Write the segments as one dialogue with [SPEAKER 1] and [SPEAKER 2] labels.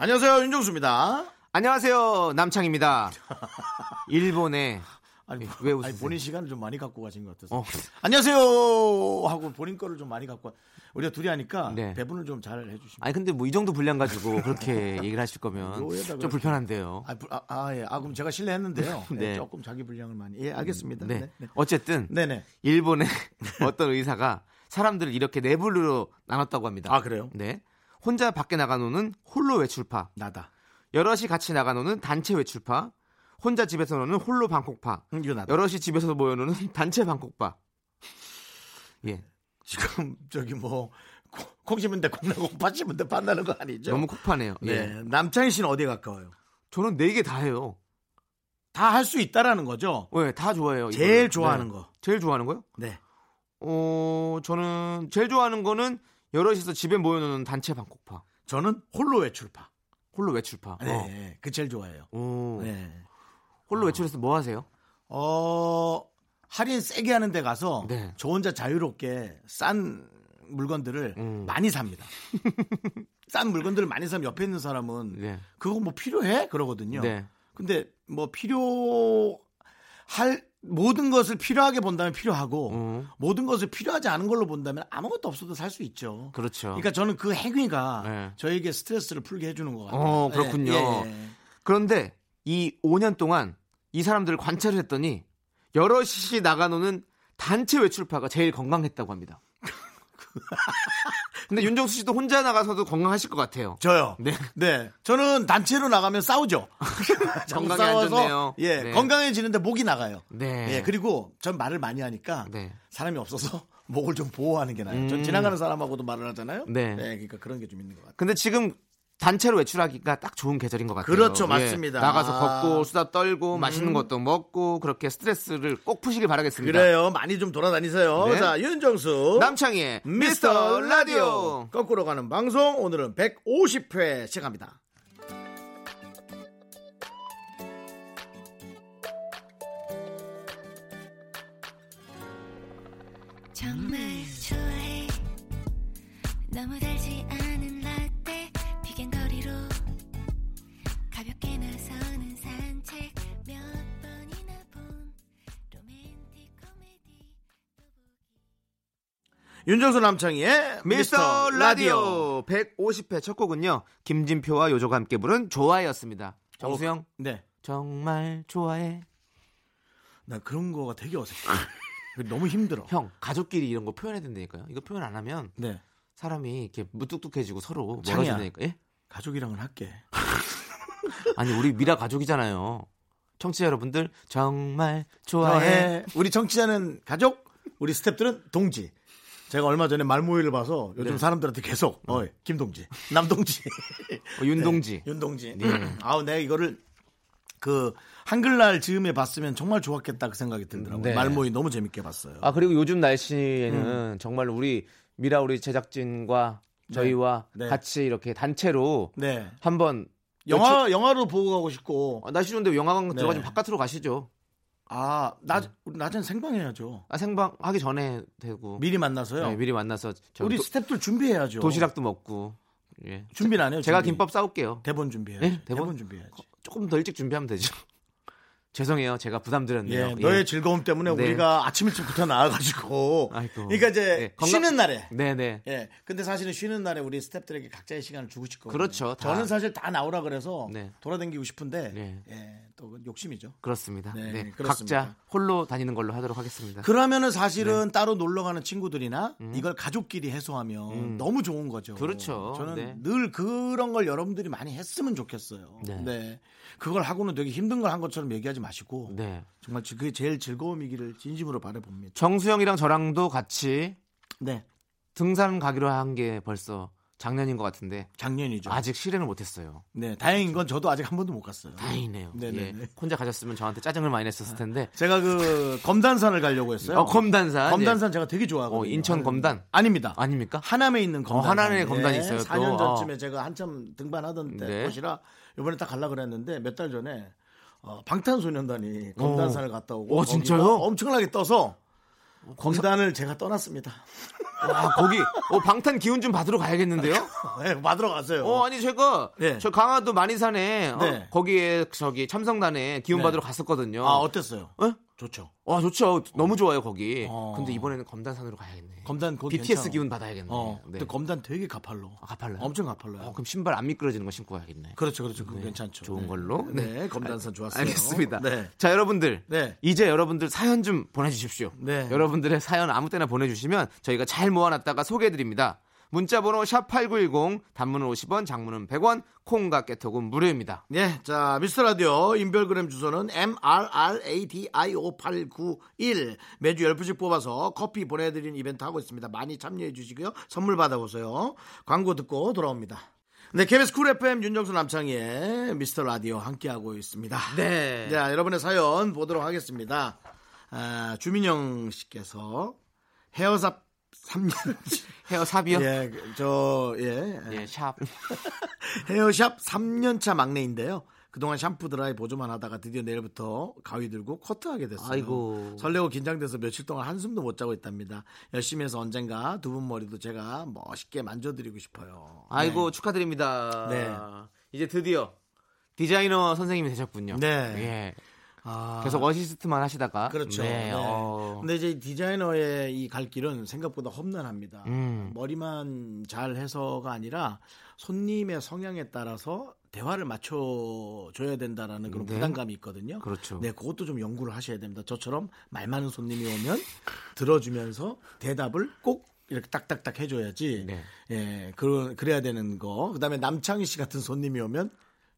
[SPEAKER 1] 안녕하세요 윤정수입니다.
[SPEAKER 2] 안녕하세요 남창입니다. 일본에
[SPEAKER 1] 아니,
[SPEAKER 2] 예,
[SPEAKER 1] 본-
[SPEAKER 2] 왜 웃으세요?
[SPEAKER 1] 아니, 본인 시간을 좀 많이 갖고 가신 것 같아서.
[SPEAKER 2] 어.
[SPEAKER 1] 안녕하세요 하고 본인 거를 좀 많이 갖고 가- 우리가 둘이 하니까
[SPEAKER 2] 네.
[SPEAKER 1] 배분을 좀 잘 해주시면.
[SPEAKER 2] 아니 근데 뭐 이 정도 분량 가지고 그렇게 얘기를 하실 거면
[SPEAKER 1] 뭐에다가
[SPEAKER 2] 좀
[SPEAKER 1] 그렇게-
[SPEAKER 2] 불편한데요.
[SPEAKER 1] 아, 부- 아, 아, 예. 아 그럼 제가 실례했는데요. 예,
[SPEAKER 2] 네.
[SPEAKER 1] 조금 자기 분량을 많이. 예 알겠습니다.
[SPEAKER 2] 네.
[SPEAKER 1] 네. 네.
[SPEAKER 2] 어쨌든
[SPEAKER 1] 네네.
[SPEAKER 2] 일본의 어떤 의사가 사람들을 이렇게 네 분류로 나눴다고 합니다.
[SPEAKER 1] 아, 그래요?
[SPEAKER 2] 네. 혼자 밖에 나가노는 홀로 외출파,
[SPEAKER 1] 나다.
[SPEAKER 2] 여럿이 같이 나가노는 단체 외출파, 혼자 집에서 노는 홀로 방콕파,
[SPEAKER 1] 응, 이거 나다.
[SPEAKER 2] 여럿이 집에서 모여노는 단체 방콕파. 예.
[SPEAKER 1] 지금 저기 뭐 콩- 콩심인데 콩나고 팥심인데 팥나는 거 아니죠?
[SPEAKER 2] 너무 콕파네요. 예.
[SPEAKER 1] 네. 남창희 씨는 어디에 가까워요?
[SPEAKER 2] 저는 네 개 다 해요.
[SPEAKER 1] 다 할 수 있다라는 거죠.
[SPEAKER 2] 네, 다 좋아해요.
[SPEAKER 1] 제일
[SPEAKER 2] 이거는.
[SPEAKER 1] 좋아하는
[SPEAKER 2] 네.
[SPEAKER 1] 거.
[SPEAKER 2] 제일 좋아하는 거요?
[SPEAKER 1] 네.
[SPEAKER 2] 어, 저는 제일 좋아하는 거는 여럿이서 집에 모여노는 단체 방콕파,
[SPEAKER 1] 저는 홀로 외출파.
[SPEAKER 2] 홀로 외출파.
[SPEAKER 1] 네. 예, 그 제일 좋아해요.
[SPEAKER 2] 어. 오.
[SPEAKER 1] 네.
[SPEAKER 2] 홀로 외출해서 뭐 하세요?
[SPEAKER 1] 어, 할인 세게 하는 데 가서
[SPEAKER 2] 네.
[SPEAKER 1] 저 혼자 자유롭게 싼 물건들을
[SPEAKER 2] 음.
[SPEAKER 1] 많이 삽니다. 싼 물건들을 많이 사면 옆에 있는 사람은
[SPEAKER 2] 네.
[SPEAKER 1] 그거 뭐 필요해? 그러거든요.
[SPEAKER 2] 네.
[SPEAKER 1] 근데 뭐 필요할 모든 것을 필요하게 본다면 필요하고
[SPEAKER 2] 음.
[SPEAKER 1] 모든 것을 필요하지 않은 걸로 본다면 아무것도 없어도 살 수 있죠.
[SPEAKER 2] 그렇죠.
[SPEAKER 1] 그러니까 저는 그 행위가
[SPEAKER 2] 네.
[SPEAKER 1] 저에게 스트레스를 풀게 해주는 것 같아요.
[SPEAKER 2] 어, 그렇군요.
[SPEAKER 1] 예, 예, 예.
[SPEAKER 2] 그런데 이 5년 동안 이 사람들을 관찰을 했더니 여럿이 나가노는 단체 외출파가 제일 건강했다고 합니다. 근데 윤정수 씨도 혼자 나가서도 건강하실 것 같아요.
[SPEAKER 1] 저요.
[SPEAKER 2] 네.
[SPEAKER 1] 네. 저는 단체로 나가면 싸우죠. 자꾸
[SPEAKER 2] 건강에 안 좋네요.
[SPEAKER 1] 예.
[SPEAKER 2] 네.
[SPEAKER 1] 건강해지는데 목이 나가요.
[SPEAKER 2] 네.
[SPEAKER 1] 예. 그리고 전 말을 많이 하니까
[SPEAKER 2] 네. 음.
[SPEAKER 1] 사람이 없어서 목을 좀 보호하는 게 나아요. 전 지나가는 사람하고도 말을 하잖아요.
[SPEAKER 2] 네.
[SPEAKER 1] 그러니까 그런 게 좀 있는 것 같아요.
[SPEAKER 2] 근데 지금 단체로 외출하기가 딱 좋은 계절인 것 같아요.
[SPEAKER 1] 그렇죠, 맞습니다.
[SPEAKER 2] 예, 나가서
[SPEAKER 1] 아.
[SPEAKER 2] 걷고 수다 떨고 맛있는 것도 먹고 그렇게 스트레스를 꼭 푸시길 바라겠습니다.
[SPEAKER 1] 그래요. 많이 좀 돌아다니세요.
[SPEAKER 2] 네.
[SPEAKER 1] 자, 윤정수.
[SPEAKER 2] 남창희의
[SPEAKER 1] 미스터 라디오. 거꾸로 가는 방송. 오늘은 150회 시작합니다.
[SPEAKER 3] 정말 좋아해 너무 달지 않은 라떼 비경거리로 가볍게 나서는 산책 몇 번이나 본 로맨틱 코미디
[SPEAKER 1] 윤정수 남창희의
[SPEAKER 2] 미스터 라디오 150회 첫 곡은요 김진표와 요조가 함께 부른 좋아해였습니다. 정수영
[SPEAKER 1] 네.
[SPEAKER 2] 정말 좋아해.
[SPEAKER 1] 나 그런 거가 되게 어색해. 너무 힘들어.
[SPEAKER 2] 형 가족끼리 이런 거 표현해야 된다니까요. 이거 표현 안 하면
[SPEAKER 1] 네.
[SPEAKER 2] 사람이 이렇게 무뚝뚝해지고 서로
[SPEAKER 1] 창이야.
[SPEAKER 2] 멀어진다니까. 예?
[SPEAKER 1] 가족이랑은 할게.
[SPEAKER 2] 아니 우리 미라 가족이잖아요. 청취자 여러분들 정말 좋아해.
[SPEAKER 1] 좋아해. 우리 정치자는 가족, 우리 스탭들은 동지. 제가 얼마 전에 말모이를 봐서 요즘
[SPEAKER 2] 네.
[SPEAKER 1] 사람들한테 계속
[SPEAKER 2] 음.
[SPEAKER 1] 어이, 김동지, 남동지,
[SPEAKER 2] 어, 윤동지.
[SPEAKER 1] 윤동지.
[SPEAKER 2] 네. 음.
[SPEAKER 1] 아우 내가 이거를 그 한글날 즈음에 봤으면 정말 좋았겠다 그 생각이 들더라고요.
[SPEAKER 2] 네.
[SPEAKER 1] 말모이 너무 재밌게 봤어요.
[SPEAKER 2] 아 그리고 요즘 날씨에는 정말 우리 미라 우리 제작진과 저희와
[SPEAKER 1] 네.
[SPEAKER 2] 같이 이렇게 단체로
[SPEAKER 1] 네.
[SPEAKER 2] 한번
[SPEAKER 1] 영화 영화로 보고 가고 싶고
[SPEAKER 2] 아, 날씨 좋은데 영화관
[SPEAKER 1] 네.
[SPEAKER 2] 들어가지 바깥으로 가시죠.
[SPEAKER 1] 아낮
[SPEAKER 2] 네.
[SPEAKER 1] 낮엔 생방해야죠.
[SPEAKER 2] 아, 생방 하기 전에 되고
[SPEAKER 1] 미리 만나서요.
[SPEAKER 2] 네, 미리 만나서 저
[SPEAKER 1] 우리 스탭들 준비해야죠.
[SPEAKER 2] 도, 시락도 먹고 예.
[SPEAKER 1] 준비는 안 해요.
[SPEAKER 2] 제가
[SPEAKER 1] 준비.
[SPEAKER 2] 김밥 싸올게요.
[SPEAKER 1] 대본 준비해야지.
[SPEAKER 2] 네? 대본?
[SPEAKER 1] 대본? 준비해야지.
[SPEAKER 2] 조금 더 일찍 준비하면 되죠. 죄송해요, 제가 부담드렸네요.
[SPEAKER 1] 예,
[SPEAKER 2] 예.
[SPEAKER 1] 너의 즐거움 때문에
[SPEAKER 2] 네.
[SPEAKER 1] 우리가 아침 일찍부터 나와가지고.
[SPEAKER 2] 아이고.
[SPEAKER 1] 그러니까 이제
[SPEAKER 2] 예, 건강-
[SPEAKER 1] 쉬는 날에.
[SPEAKER 2] 네네.
[SPEAKER 1] 예. 근데 사실은 쉬는 날에 우리 스탭들에게 각자의 시간을 주고 싶거든요.
[SPEAKER 2] 그렇죠, 다.
[SPEAKER 1] 저는 사실 다 나오라 그래서
[SPEAKER 2] 네.
[SPEAKER 1] 돌아다니고 싶은데
[SPEAKER 2] 네.
[SPEAKER 1] 예, 또 그건 욕심이죠.
[SPEAKER 2] 그렇습니다.
[SPEAKER 1] 네,
[SPEAKER 2] 네,
[SPEAKER 1] 그렇습니다.
[SPEAKER 2] 각자 홀로 다니는 걸로 하도록 하겠습니다.
[SPEAKER 1] 그러면은 사실은
[SPEAKER 2] 네.
[SPEAKER 1] 따로 놀러 가는 친구들이나 이걸 가족끼리 해소하면 너무 좋은 거죠.
[SPEAKER 2] 음. 그렇죠.
[SPEAKER 1] 저는
[SPEAKER 2] 네.
[SPEAKER 1] 늘 그런 걸 여러분들이 많이 했으면 좋겠어요.
[SPEAKER 2] 네.
[SPEAKER 1] 네. 그걸 하고는 되게 힘든 걸 한 것처럼 얘기하지 마시고
[SPEAKER 2] 네.
[SPEAKER 1] 정말 그게 제일 즐거움이기를 진심으로 바라봅니다.
[SPEAKER 2] 정수영이랑 저랑도 같이
[SPEAKER 1] 네.
[SPEAKER 2] 등산 가기로 한 게 벌써 작년인 것 같은데
[SPEAKER 1] 작년이죠.
[SPEAKER 2] 아직 실행을 못했어요.
[SPEAKER 1] 네, 다행인 건 저도 아직 한 번도 못 갔어요.
[SPEAKER 2] 다행이네요.
[SPEAKER 1] 네네네.
[SPEAKER 2] 예, 혼자 가셨으면 저한테 짜증을 많이 냈었을 텐데.
[SPEAKER 1] 제가 그 검단산을 가려고 했어요.
[SPEAKER 2] 어, 검단산.
[SPEAKER 1] 검단산 제가 되게
[SPEAKER 2] 예.
[SPEAKER 1] 좋아하고.
[SPEAKER 2] 어, 인천 검단
[SPEAKER 1] 아닙니다.
[SPEAKER 2] 아닙니까? 어,
[SPEAKER 1] 하남에 있는 검단.
[SPEAKER 2] 하남에 검단이 있어요, 또.
[SPEAKER 1] 4년 전쯤에
[SPEAKER 2] 어.
[SPEAKER 1] 제가 한참 등반하던 때
[SPEAKER 2] 네.
[SPEAKER 1] 것이라 이번에 딱 가려고 그랬는데 몇 달 전에 어, 방탄소년단이 검단산을 갔다 오고
[SPEAKER 2] 어,
[SPEAKER 1] 거기가
[SPEAKER 2] 진짜요? 어,
[SPEAKER 1] 엄청나게 떠서
[SPEAKER 2] 거기서-
[SPEAKER 1] 검단을 제가 떠났습니다.
[SPEAKER 2] 아 거기 어, 방탄 기운 좀 받으러 가야겠는데요.
[SPEAKER 1] 네, 받으러 가세요.
[SPEAKER 2] 어 아니 제가
[SPEAKER 1] 네.
[SPEAKER 2] 저 강화도 마니산에 어,
[SPEAKER 1] 네.
[SPEAKER 2] 거기에 저기 참성단에 기운
[SPEAKER 1] 네.
[SPEAKER 2] 받으러 갔었거든요.
[SPEAKER 1] 아 어땠어요?
[SPEAKER 2] 예?
[SPEAKER 1] 좋죠.
[SPEAKER 2] 와 좋죠. 너무 좋아요 거기.
[SPEAKER 1] 어.
[SPEAKER 2] 근데 이번에는 검단산으로 가야겠네.
[SPEAKER 1] 검단 그거
[SPEAKER 2] BTS
[SPEAKER 1] 괜찮아.
[SPEAKER 2] 기운 받아야겠네.
[SPEAKER 1] 어,
[SPEAKER 2] 네.
[SPEAKER 1] 근데 검단 되게 가팔로.
[SPEAKER 2] 아, 가팔라요?
[SPEAKER 1] 엄청 가팔로요.
[SPEAKER 2] 어, 그럼 신발 안 미끄러지는 거 신고 가야겠네.
[SPEAKER 1] 그렇죠, 그렇죠. 그거 괜찮죠.
[SPEAKER 2] 좋은
[SPEAKER 1] 네.
[SPEAKER 2] 걸로.
[SPEAKER 1] 네, 검단산 좋았어요.
[SPEAKER 2] 알겠습니다.
[SPEAKER 1] 네.
[SPEAKER 2] 자 여러분들
[SPEAKER 1] 네.
[SPEAKER 2] 이제 여러분들 사연 좀 보내주십시오.
[SPEAKER 1] 네.
[SPEAKER 2] 여러분들의 사연 아무 때나 보내주시면 저희가 잘 모아놨다가 소개해드립니다. 문자번호 샵 #8910 단문은 50원, 장문은 100원, 콩과 깨톡은 무료입니다.
[SPEAKER 1] 예, 자, 미스터 라디오 인별그램 주소는 mrradio891 매주 10분씩 뽑아서 커피 보내드리는 이벤트 하고 있습니다. 많이 참여해 주시고요. 선물 받아보세요. 광고 듣고 돌아옵니다. 네, KBS 쿨 FM 윤정수 남창희의 미스터 라디오 함께하고 있습니다.
[SPEAKER 2] 네.
[SPEAKER 1] 자, 여러분의 사연 보도록 하겠습니다. 아, 주민영 씨께서 헤어삽 3년.
[SPEAKER 2] 헤어 삽이요?
[SPEAKER 1] 예, 저, 예.
[SPEAKER 2] 예, 샵.
[SPEAKER 1] 헤어샵 3년차 막내인데요. 그동안 샴푸 드라이 보조만 하다가 드디어 내일부터 가위 들고 커트하게 됐어요.
[SPEAKER 2] 아이고.
[SPEAKER 1] 설레고 긴장돼서 며칠 동안 한숨도 못 자고 있답니다. 열심히 해서 언젠가 두 분 머리도 제가 멋있게 만져드리고 싶어요.
[SPEAKER 2] 아이고 축하드립니다.
[SPEAKER 1] 네.
[SPEAKER 2] 이제 드디어 디자이너 선생님이 되셨군요.
[SPEAKER 1] 네.
[SPEAKER 2] 예.
[SPEAKER 1] 아,
[SPEAKER 2] 계속 어시스트만 하시다가
[SPEAKER 1] 그렇죠.
[SPEAKER 2] 네.
[SPEAKER 1] 네.
[SPEAKER 2] 어.
[SPEAKER 1] 근데 이제 이 디자이너의 이 갈 길은 생각보다 험난합니다.
[SPEAKER 2] 음.
[SPEAKER 1] 머리만 잘 해서가 아니라 손님의 성향에 따라서 대화를 맞춰줘야 된다라는 그런
[SPEAKER 2] 네.
[SPEAKER 1] 부담감이 있거든요.
[SPEAKER 2] 그렇죠.
[SPEAKER 1] 네, 그것도 좀 연구를 하셔야 됩니다. 저처럼 말 많은 손님이 오면 들어주면서 대답을 꼭 이렇게 딱딱딱 해줘야지.
[SPEAKER 2] 네.
[SPEAKER 1] 예, 그, 그래야 되는 거. 그 다음에 남창희 씨 같은 손님이 오면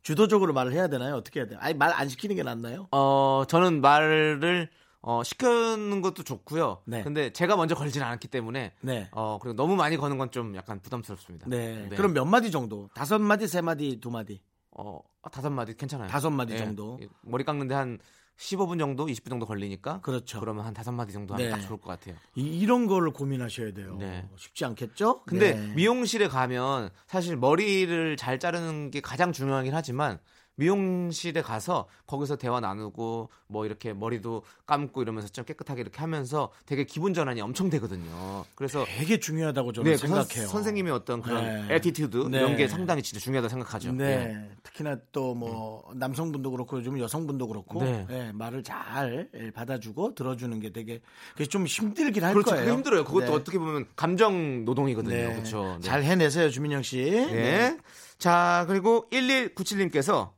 [SPEAKER 1] 주도적으로 말을 해야 되나요? 어떻게 해야 돼요? 아니, 말 안 시키는 게 낫나요?
[SPEAKER 2] 어, 저는 말을 어, 시키는 것도 좋고요.
[SPEAKER 1] 네.
[SPEAKER 2] 근데 제가 먼저 걸지는 않았기 때문에
[SPEAKER 1] 네.
[SPEAKER 2] 어, 그리고 너무 많이 거는 건 좀 약간 부담스럽습니다.
[SPEAKER 1] 네.
[SPEAKER 2] 네.
[SPEAKER 1] 그럼 몇 마디 정도? 다섯 마디, 세 마디, 두 마디.
[SPEAKER 2] 어, 아, 다섯 마디 괜찮아요.
[SPEAKER 1] 다섯 마디
[SPEAKER 2] 예.
[SPEAKER 1] 정도.
[SPEAKER 2] 머리 깎는데 한 15분 정도, 20분 정도 걸리니까
[SPEAKER 1] 그렇죠.
[SPEAKER 2] 그러면 한 다섯 마디 정도 하면
[SPEAKER 1] 네.
[SPEAKER 2] 딱 좋을 것 같아요.
[SPEAKER 1] 이, 런 거를 고민하셔야 돼요.
[SPEAKER 2] 네.
[SPEAKER 1] 쉽지 않겠죠?
[SPEAKER 2] 근데
[SPEAKER 1] 네.
[SPEAKER 2] 미용실에 가면 사실 머리를 잘 자르는 게 가장 중요하긴 하지만 미용실에 가서 거기서 대화 나누고 뭐 이렇게 머리도 감고 이러면서 좀 깨끗하게 이렇게 하면서 되게 기분 전환이 엄청 되거든요. 그래서
[SPEAKER 1] 되게 중요하다고 저는
[SPEAKER 2] 네, 그
[SPEAKER 1] 생각해요.
[SPEAKER 2] 선, 생님의 어떤 그런
[SPEAKER 1] 네.
[SPEAKER 2] 에티튜드
[SPEAKER 1] 네.
[SPEAKER 2] 이런 게 상당히 진짜 중요하다 고 생각하죠.
[SPEAKER 1] 네.
[SPEAKER 2] 예.
[SPEAKER 1] 특히나 또 뭐 남성분도 그렇고 요즘 여성분도 그렇고
[SPEAKER 2] 음. 네.
[SPEAKER 1] 예, 말을 잘 예, 받아주고 들어주는 게 되게 그게 좀 힘들긴 할
[SPEAKER 2] 그렇죠.
[SPEAKER 1] 거예요.
[SPEAKER 2] 그게 힘들어요. 그것도
[SPEAKER 1] 네.
[SPEAKER 2] 어떻게 보면 감정 노동이거든요.
[SPEAKER 1] 네.
[SPEAKER 2] 그렇죠. 네.
[SPEAKER 1] 잘 해내세요, 주민영 씨.
[SPEAKER 2] 네. 자, 그리고 1197님께서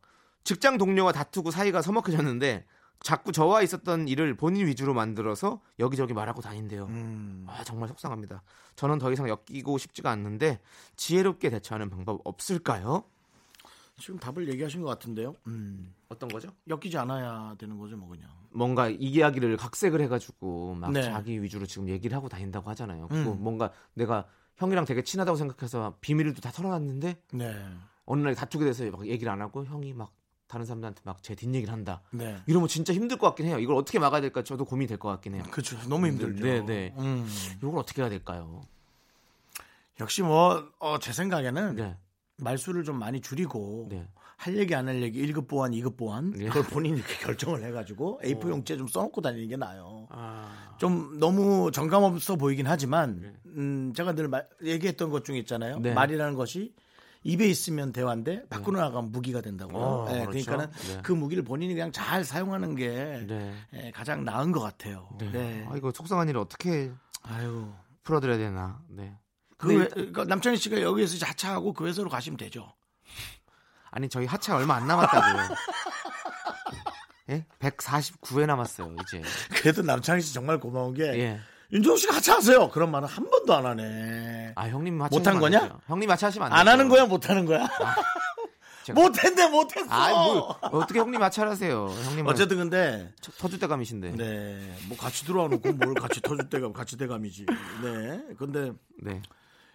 [SPEAKER 2] 직장 동료와 다투고 사이가 서먹해졌는데 자꾸 저와 있었던 일을 본인 위주로 만들어서 여기저기 말하고 다닌대요. 아, 정말 속상합니다. 저는 더 이상 엮이고 싶지가 않는데 지혜롭게 대처하는 방법 없을까요?
[SPEAKER 1] 지금 답을 얘기하신 것 같은데요. 음,
[SPEAKER 2] 어떤 거죠?
[SPEAKER 1] 엮이지 않아야 되는 거죠, 뭐 그냥.
[SPEAKER 2] 뭔가 이 이야기를 각색을 해가지고 막
[SPEAKER 1] 네.
[SPEAKER 2] 자기 위주로 지금 얘기를 하고 다닌다고 하잖아요. 그리고 뭔가 내가 형이랑 되게 친하다고 생각해서 비밀도 다 털어놨는데
[SPEAKER 1] 네.
[SPEAKER 2] 어느 날 다투게 돼서 막 얘기를 안 하고 형이 막 다른 사람들한테 막 제 뒷얘기를 한다.
[SPEAKER 1] 네.
[SPEAKER 2] 이러면 진짜 힘들 것 같긴 해요. 이걸 어떻게 막아야 될까 저도 고민이 될 것 같긴 해요.
[SPEAKER 1] 그렇죠. 너무 힘들죠.
[SPEAKER 2] 네, 네.
[SPEAKER 1] 음.
[SPEAKER 2] 이걸 어떻게 해야 될까요?
[SPEAKER 1] 역시 뭐, 어, 제 생각에는
[SPEAKER 2] 네.
[SPEAKER 1] 말수를 좀 많이 줄이고
[SPEAKER 2] 네.
[SPEAKER 1] 할 얘기 안 할 얘기 1급 보완, 2급 보완
[SPEAKER 2] 네. 어.
[SPEAKER 1] 그걸 본인이 이렇게 결정을 해가지고 A4 용지에 좀 써놓고 다니는 게 나아요.
[SPEAKER 2] 아,
[SPEAKER 1] 좀 너무 정감 없어 보이긴 하지만 음, 제가 늘 말- 얘기했던 것 중에 있잖아요.
[SPEAKER 2] 네.
[SPEAKER 1] 말이라는 것이 입에 있으면 대화인데 밖으로 나가면 무기가 된다고요.
[SPEAKER 2] 어,
[SPEAKER 1] 예,
[SPEAKER 2] 그렇죠.
[SPEAKER 1] 그러니까는
[SPEAKER 2] 네.
[SPEAKER 1] 그 무기를 본인이 그냥 잘 사용하는 게
[SPEAKER 2] 네.
[SPEAKER 1] 예, 가장 나은 것 같아요.
[SPEAKER 2] 네.
[SPEAKER 1] 네.
[SPEAKER 2] 아, 이거 속상한 일을 어떻게
[SPEAKER 1] 아유.
[SPEAKER 2] 풀어드려야 되나. 네.
[SPEAKER 1] 그
[SPEAKER 2] 근데
[SPEAKER 1] 외-
[SPEAKER 2] 일단-
[SPEAKER 1] 그러니까 남창희 씨가 여기에서 자차하고 그 회사로 가시면 되죠.
[SPEAKER 2] 아니 저희 하체 얼마 안 남았다고요. 예? 149회 남았어요 이제.
[SPEAKER 1] 그래도 남창희 씨 정말 고마운 게
[SPEAKER 2] 예.
[SPEAKER 1] 윤종 씨가 하차하세요. 그런 말은 한 번도 안 하네.
[SPEAKER 2] 아 형님 하체
[SPEAKER 1] 못한
[SPEAKER 2] 하시면 안
[SPEAKER 1] 거냐?
[SPEAKER 2] 되죠. 형님 하체 하시면 안
[SPEAKER 1] 안
[SPEAKER 2] 돼요.
[SPEAKER 1] 하는 거야, 못 하는 거야?
[SPEAKER 2] 제가-
[SPEAKER 1] 못했네, 못했어.
[SPEAKER 2] 아이 뭐 어떻게 형님 하체 하세요? 형님 어쨌든
[SPEAKER 1] 어쨌든 근데
[SPEAKER 2] 터줏대감이신데. 네.
[SPEAKER 1] 네, 뭐 같이 들어와놓고 뭘
[SPEAKER 2] 네.
[SPEAKER 1] 같이 터줄 때가 같이 대감이지. 네, 근데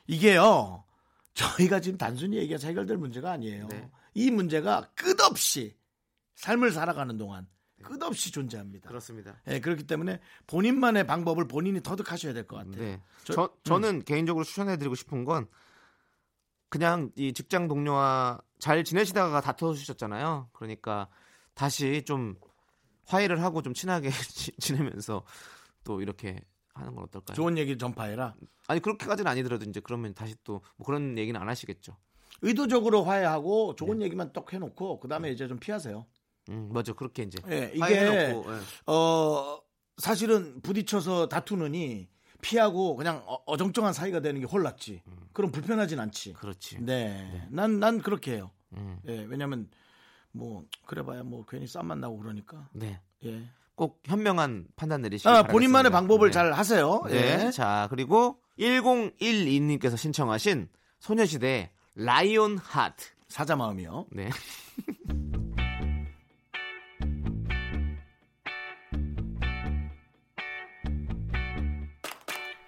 [SPEAKER 1] 이게요. 저희가 지금 단순히 얘기해서 해결될 문제가 아니에요.
[SPEAKER 2] 네.
[SPEAKER 1] 이 문제가 끝없이 삶을 살아가는 동안 끝없이 존재합니다.
[SPEAKER 2] 그렇습니다.
[SPEAKER 1] 예, 그렇기 때문에 본인만의 방법을 본인이 터득하셔야 될 것 같아요.
[SPEAKER 2] 네.
[SPEAKER 1] 저-
[SPEAKER 2] 저, 저는 개인적으로 추천해드리고 싶은 건 그냥 이 직장 동료와 잘 지내시다가 다투셨잖아요. 그러니까 다시 좀 화해를 하고 좀 친하게 지- 지내면서 또 이렇게 하는 건 어떨까요?
[SPEAKER 1] 좋은 얘기를 전파해라.
[SPEAKER 2] 아니 그렇게까지는 아니더라도 이제 그러면 다시 또뭐 그런 얘기는 안 하시겠죠.
[SPEAKER 1] 의도적으로 화해하고 좋은 얘기만 똑 해놓고 그 다음에 이제 좀 피하세요.
[SPEAKER 2] 음, 맞아 그렇게 이제
[SPEAKER 1] 예, 이게
[SPEAKER 2] 화해해놓고 예.
[SPEAKER 1] 어 사실은 부딪혀서 다투느니 피하고 그냥 어- 어정쩡한 사이가 되는 게 홀랐지. 음. 그럼 불편하진 않지.
[SPEAKER 2] 그렇지.
[SPEAKER 1] 네, 난 난 그렇게 해요.
[SPEAKER 2] 음.
[SPEAKER 1] 예, 왜냐면 뭐 그래봐야 뭐 괜히 쌈만 나고 그러니까.
[SPEAKER 2] 네.
[SPEAKER 1] 예.
[SPEAKER 2] 꼭 현명한 판단 내리시기
[SPEAKER 1] 아,
[SPEAKER 2] 바랍니다.
[SPEAKER 1] 본인만의 방법을 잘 하세요.
[SPEAKER 2] 네.
[SPEAKER 1] 예.
[SPEAKER 2] 자, 그리고 1012님께서 신청하신 소녀시대 라이온 하트.
[SPEAKER 1] 사자 마음이요.
[SPEAKER 2] 네.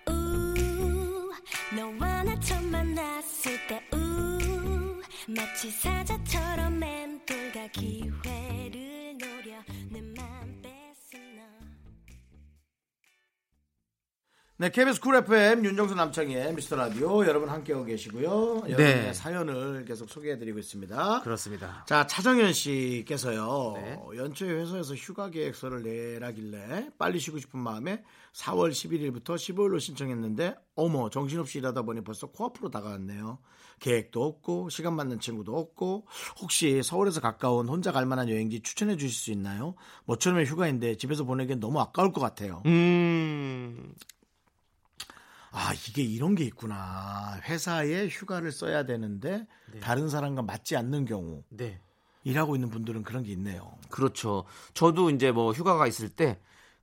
[SPEAKER 3] 우 너와 나 처음 만났을 때우 마치 사자처럼 맴돌다 기회를 노려 내맘 뺏은 너
[SPEAKER 1] 네, KBS 쿨 FM 윤정수 남창희의 미스터 라디오 여러분 함께하고 계시고요. 여러분의 사연을 계속 소개해드리고 있습니다.
[SPEAKER 2] 그렇습니다.
[SPEAKER 1] 자, 차정현 씨께서요.
[SPEAKER 2] 네.
[SPEAKER 1] 연초에 회사에서 휴가 계획서를 내라길래 빨리 쉬고 싶은 마음에 4월 11일부터 15일로 신청했는데 어머, 정신없이 일하다 보니 벌써 코앞으로 다가왔네요. 계획도 없고 시간 맞는 친구도 없고 혹시 서울에서 가까운 혼자 갈 만한 여행지 추천해 주실 수 있나요? 모처럼의 휴가인데 집에서 보내기엔 너무 아까울 것 같아요.
[SPEAKER 2] 음.
[SPEAKER 1] 아 이게 이런 게 있구나 회사에 휴가를 써야 되는데 다른 사람과 맞지 않는 경우
[SPEAKER 2] 네.
[SPEAKER 1] 일하고 있는 분들은 그런 게 있네요
[SPEAKER 2] 그렇죠. 저도 이제 뭐 휴가가 있을 때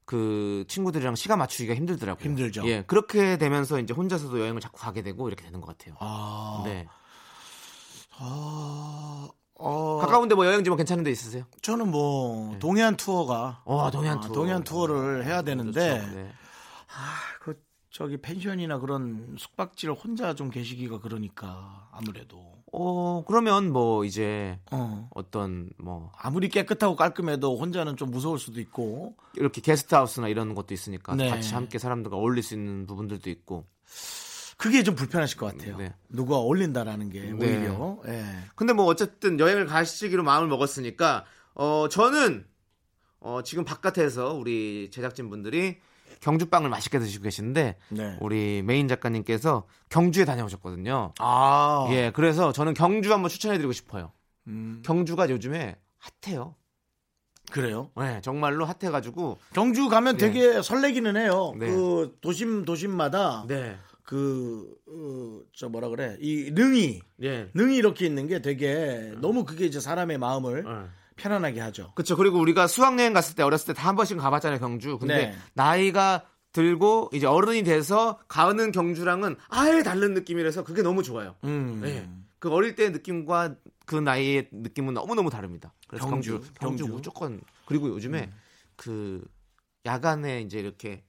[SPEAKER 2] 그 친구들이랑 시간 맞추기가 힘들더라고요.
[SPEAKER 1] 힘들죠.
[SPEAKER 2] 예. 그렇게 되면서 이제 혼자서도 여행을 자꾸 가게 되고 이렇게 되는 것 같아요.
[SPEAKER 1] 아,
[SPEAKER 2] 네.
[SPEAKER 1] 아, 어,
[SPEAKER 2] 가까운데 뭐 여행지 뭐 괜찮은 데 있으세요?
[SPEAKER 1] 저는 뭐 동해안 투어가
[SPEAKER 2] 어, 동해안
[SPEAKER 1] 아,
[SPEAKER 2] 투어.
[SPEAKER 1] 동해안 투어를 해야 되는데
[SPEAKER 2] 그렇죠. 네.
[SPEAKER 1] 그 저기 펜션이나 그런 숙박지를 혼자 좀 계시기가 그러니까 아무래도
[SPEAKER 2] 어, 그러면 뭐 이제
[SPEAKER 1] 어
[SPEAKER 2] 어떤 뭐
[SPEAKER 1] 아무리 깨끗하고 깔끔해도 혼자는 좀 무서울 수도 있고
[SPEAKER 2] 이렇게 게스트하우스나 이런 것도 있으니까
[SPEAKER 1] 네.
[SPEAKER 2] 같이 함께 사람들과 어울릴 수 있는 부분들도 있고
[SPEAKER 1] 그게 좀 불편하실 것 같아요
[SPEAKER 2] 네.
[SPEAKER 1] 누가 어울린다라는 게
[SPEAKER 2] 네.
[SPEAKER 1] 오히려 예.
[SPEAKER 2] 근데 뭐 어쨌든 여행을 가시기로 마음을 먹었으니까 어 저는 어 지금 바깥에서 우리 제작진 분들이 경주빵을 맛있게 드시고 계시는데
[SPEAKER 1] 네.
[SPEAKER 2] 우리 메인 작가님께서 경주에 다녀오셨거든요.
[SPEAKER 1] 아
[SPEAKER 2] 예, 그래서 저는 경주 한번 추천해드리고 싶어요.
[SPEAKER 1] 음,
[SPEAKER 2] 경주가 요즘에 핫해요.
[SPEAKER 1] 그래요.
[SPEAKER 2] 네, 정말로 핫해가지고
[SPEAKER 1] 경주 가면
[SPEAKER 2] 네.
[SPEAKER 1] 되게 설레기는 해요.
[SPEAKER 2] 네.
[SPEAKER 1] 그 도심 도심마다 그, 어,
[SPEAKER 2] 네,
[SPEAKER 1] 그저 뭐라 그래 이 능이
[SPEAKER 2] 예,
[SPEAKER 1] 능이 이렇게 있는 게 되게 너무 그게 이제 사람의 마음을
[SPEAKER 2] 어.
[SPEAKER 1] 편안하게 하죠.
[SPEAKER 2] 그렇죠. 그리고 우리가 수학여행 갔을 때 어렸을 때 다 한 번씩 가봤잖아요, 경주. 근데
[SPEAKER 1] 네.
[SPEAKER 2] 나이가 들고 이제 어른이 돼서 가는 경주랑은 아예 다른 느낌이라서 그게 너무 좋아요.
[SPEAKER 1] 음.
[SPEAKER 2] 네. 그 어릴 때 느낌과 그 나이의 느낌은 너무 너무 다릅니다. 그래서
[SPEAKER 1] 경주,
[SPEAKER 2] 경주, 경주,
[SPEAKER 1] 경주. 음.
[SPEAKER 2] 무조건 그리고 요즘에 그 야간에 이제 이렇게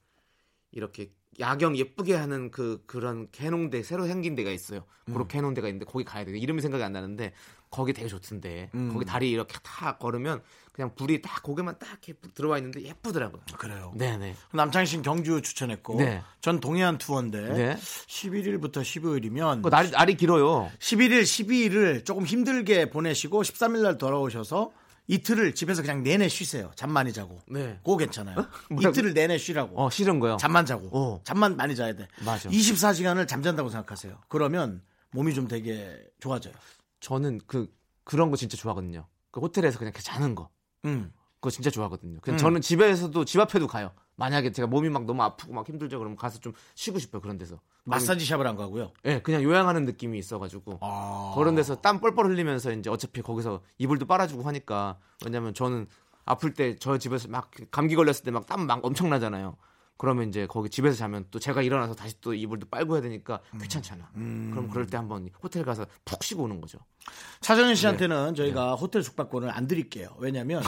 [SPEAKER 2] 이렇게 야경 예쁘게 하는 그 그런 해놓은데 새로 생긴 데가 있어요.
[SPEAKER 1] 음.
[SPEAKER 2] 그렇게 해놓은 데가 있는데 거기 가야 돼. 이름이 생각이 안 나는데 거기 되게 좋던데.
[SPEAKER 1] 음.
[SPEAKER 2] 거기 다리 이렇게 탁 걸으면 그냥 불이 딱 고개만 딱 이렇게 들어와 있는데 예쁘더라고요.
[SPEAKER 1] 그래요.
[SPEAKER 2] 네네.
[SPEAKER 1] 남창희 씨는 경주 추천했고
[SPEAKER 2] 네.
[SPEAKER 1] 전 동해안 투어인데
[SPEAKER 2] 네.
[SPEAKER 1] 11일부터 15일이면
[SPEAKER 2] 그 날이 날이 길어요.
[SPEAKER 1] 11일, 12일을 조금 힘들게 보내시고 13일 날 돌아오셔서 이틀을 집에서 그냥 내내 쉬세요. 잠 많이 자고.
[SPEAKER 2] 네.
[SPEAKER 1] 그거 괜찮아요.
[SPEAKER 2] 뭐라고?
[SPEAKER 1] 이틀을 내내 쉬라고.
[SPEAKER 2] 어 싫은 거요.
[SPEAKER 1] 잠만 자고.
[SPEAKER 2] 어.
[SPEAKER 1] 잠만 많이 자야 돼.
[SPEAKER 2] 맞아.
[SPEAKER 1] 24시간을 잠잔다고 생각하세요. 그러면 몸이 좀 되게 좋아져요.
[SPEAKER 2] 저는 그 그런 거 진짜 좋아하거든요. 그 호텔에서 그냥 이렇게 자는 거.
[SPEAKER 1] 음.
[SPEAKER 2] 그거 진짜 좋아하거든요. 그냥 저는 집에서도 집 앞에도 가요. 만약에 제가 몸이 막 너무 아프고 막 힘들죠. 그러면 가서 좀 쉬고 싶어요. 그런 데서.
[SPEAKER 1] 마사지 샵을 안 가고요.
[SPEAKER 2] 예, 그냥 요양하는 느낌이 있어가지고.
[SPEAKER 1] 아.
[SPEAKER 2] 그런 데서 땀 뻘뻘 흘리면서 이제 어차피 거기서 이불도 빨아주고 하니까. 왜냐면 저는 아플 때 저 집에서 막 감기 걸렸을 때 막 땀 막 엄청 나잖아요. 그러면 이제 거기 집에서 자면 또 제가 일어나서 다시 또 이불도 빨고 해야 되니까 귀찮잖아. 그럼 그럴 때 한번 호텔 가서 푹 쉬고 오는 거죠. 네.
[SPEAKER 1] 차정현 씨한테는 저희가 호텔 숙박권을 안 드릴게요. 왜냐면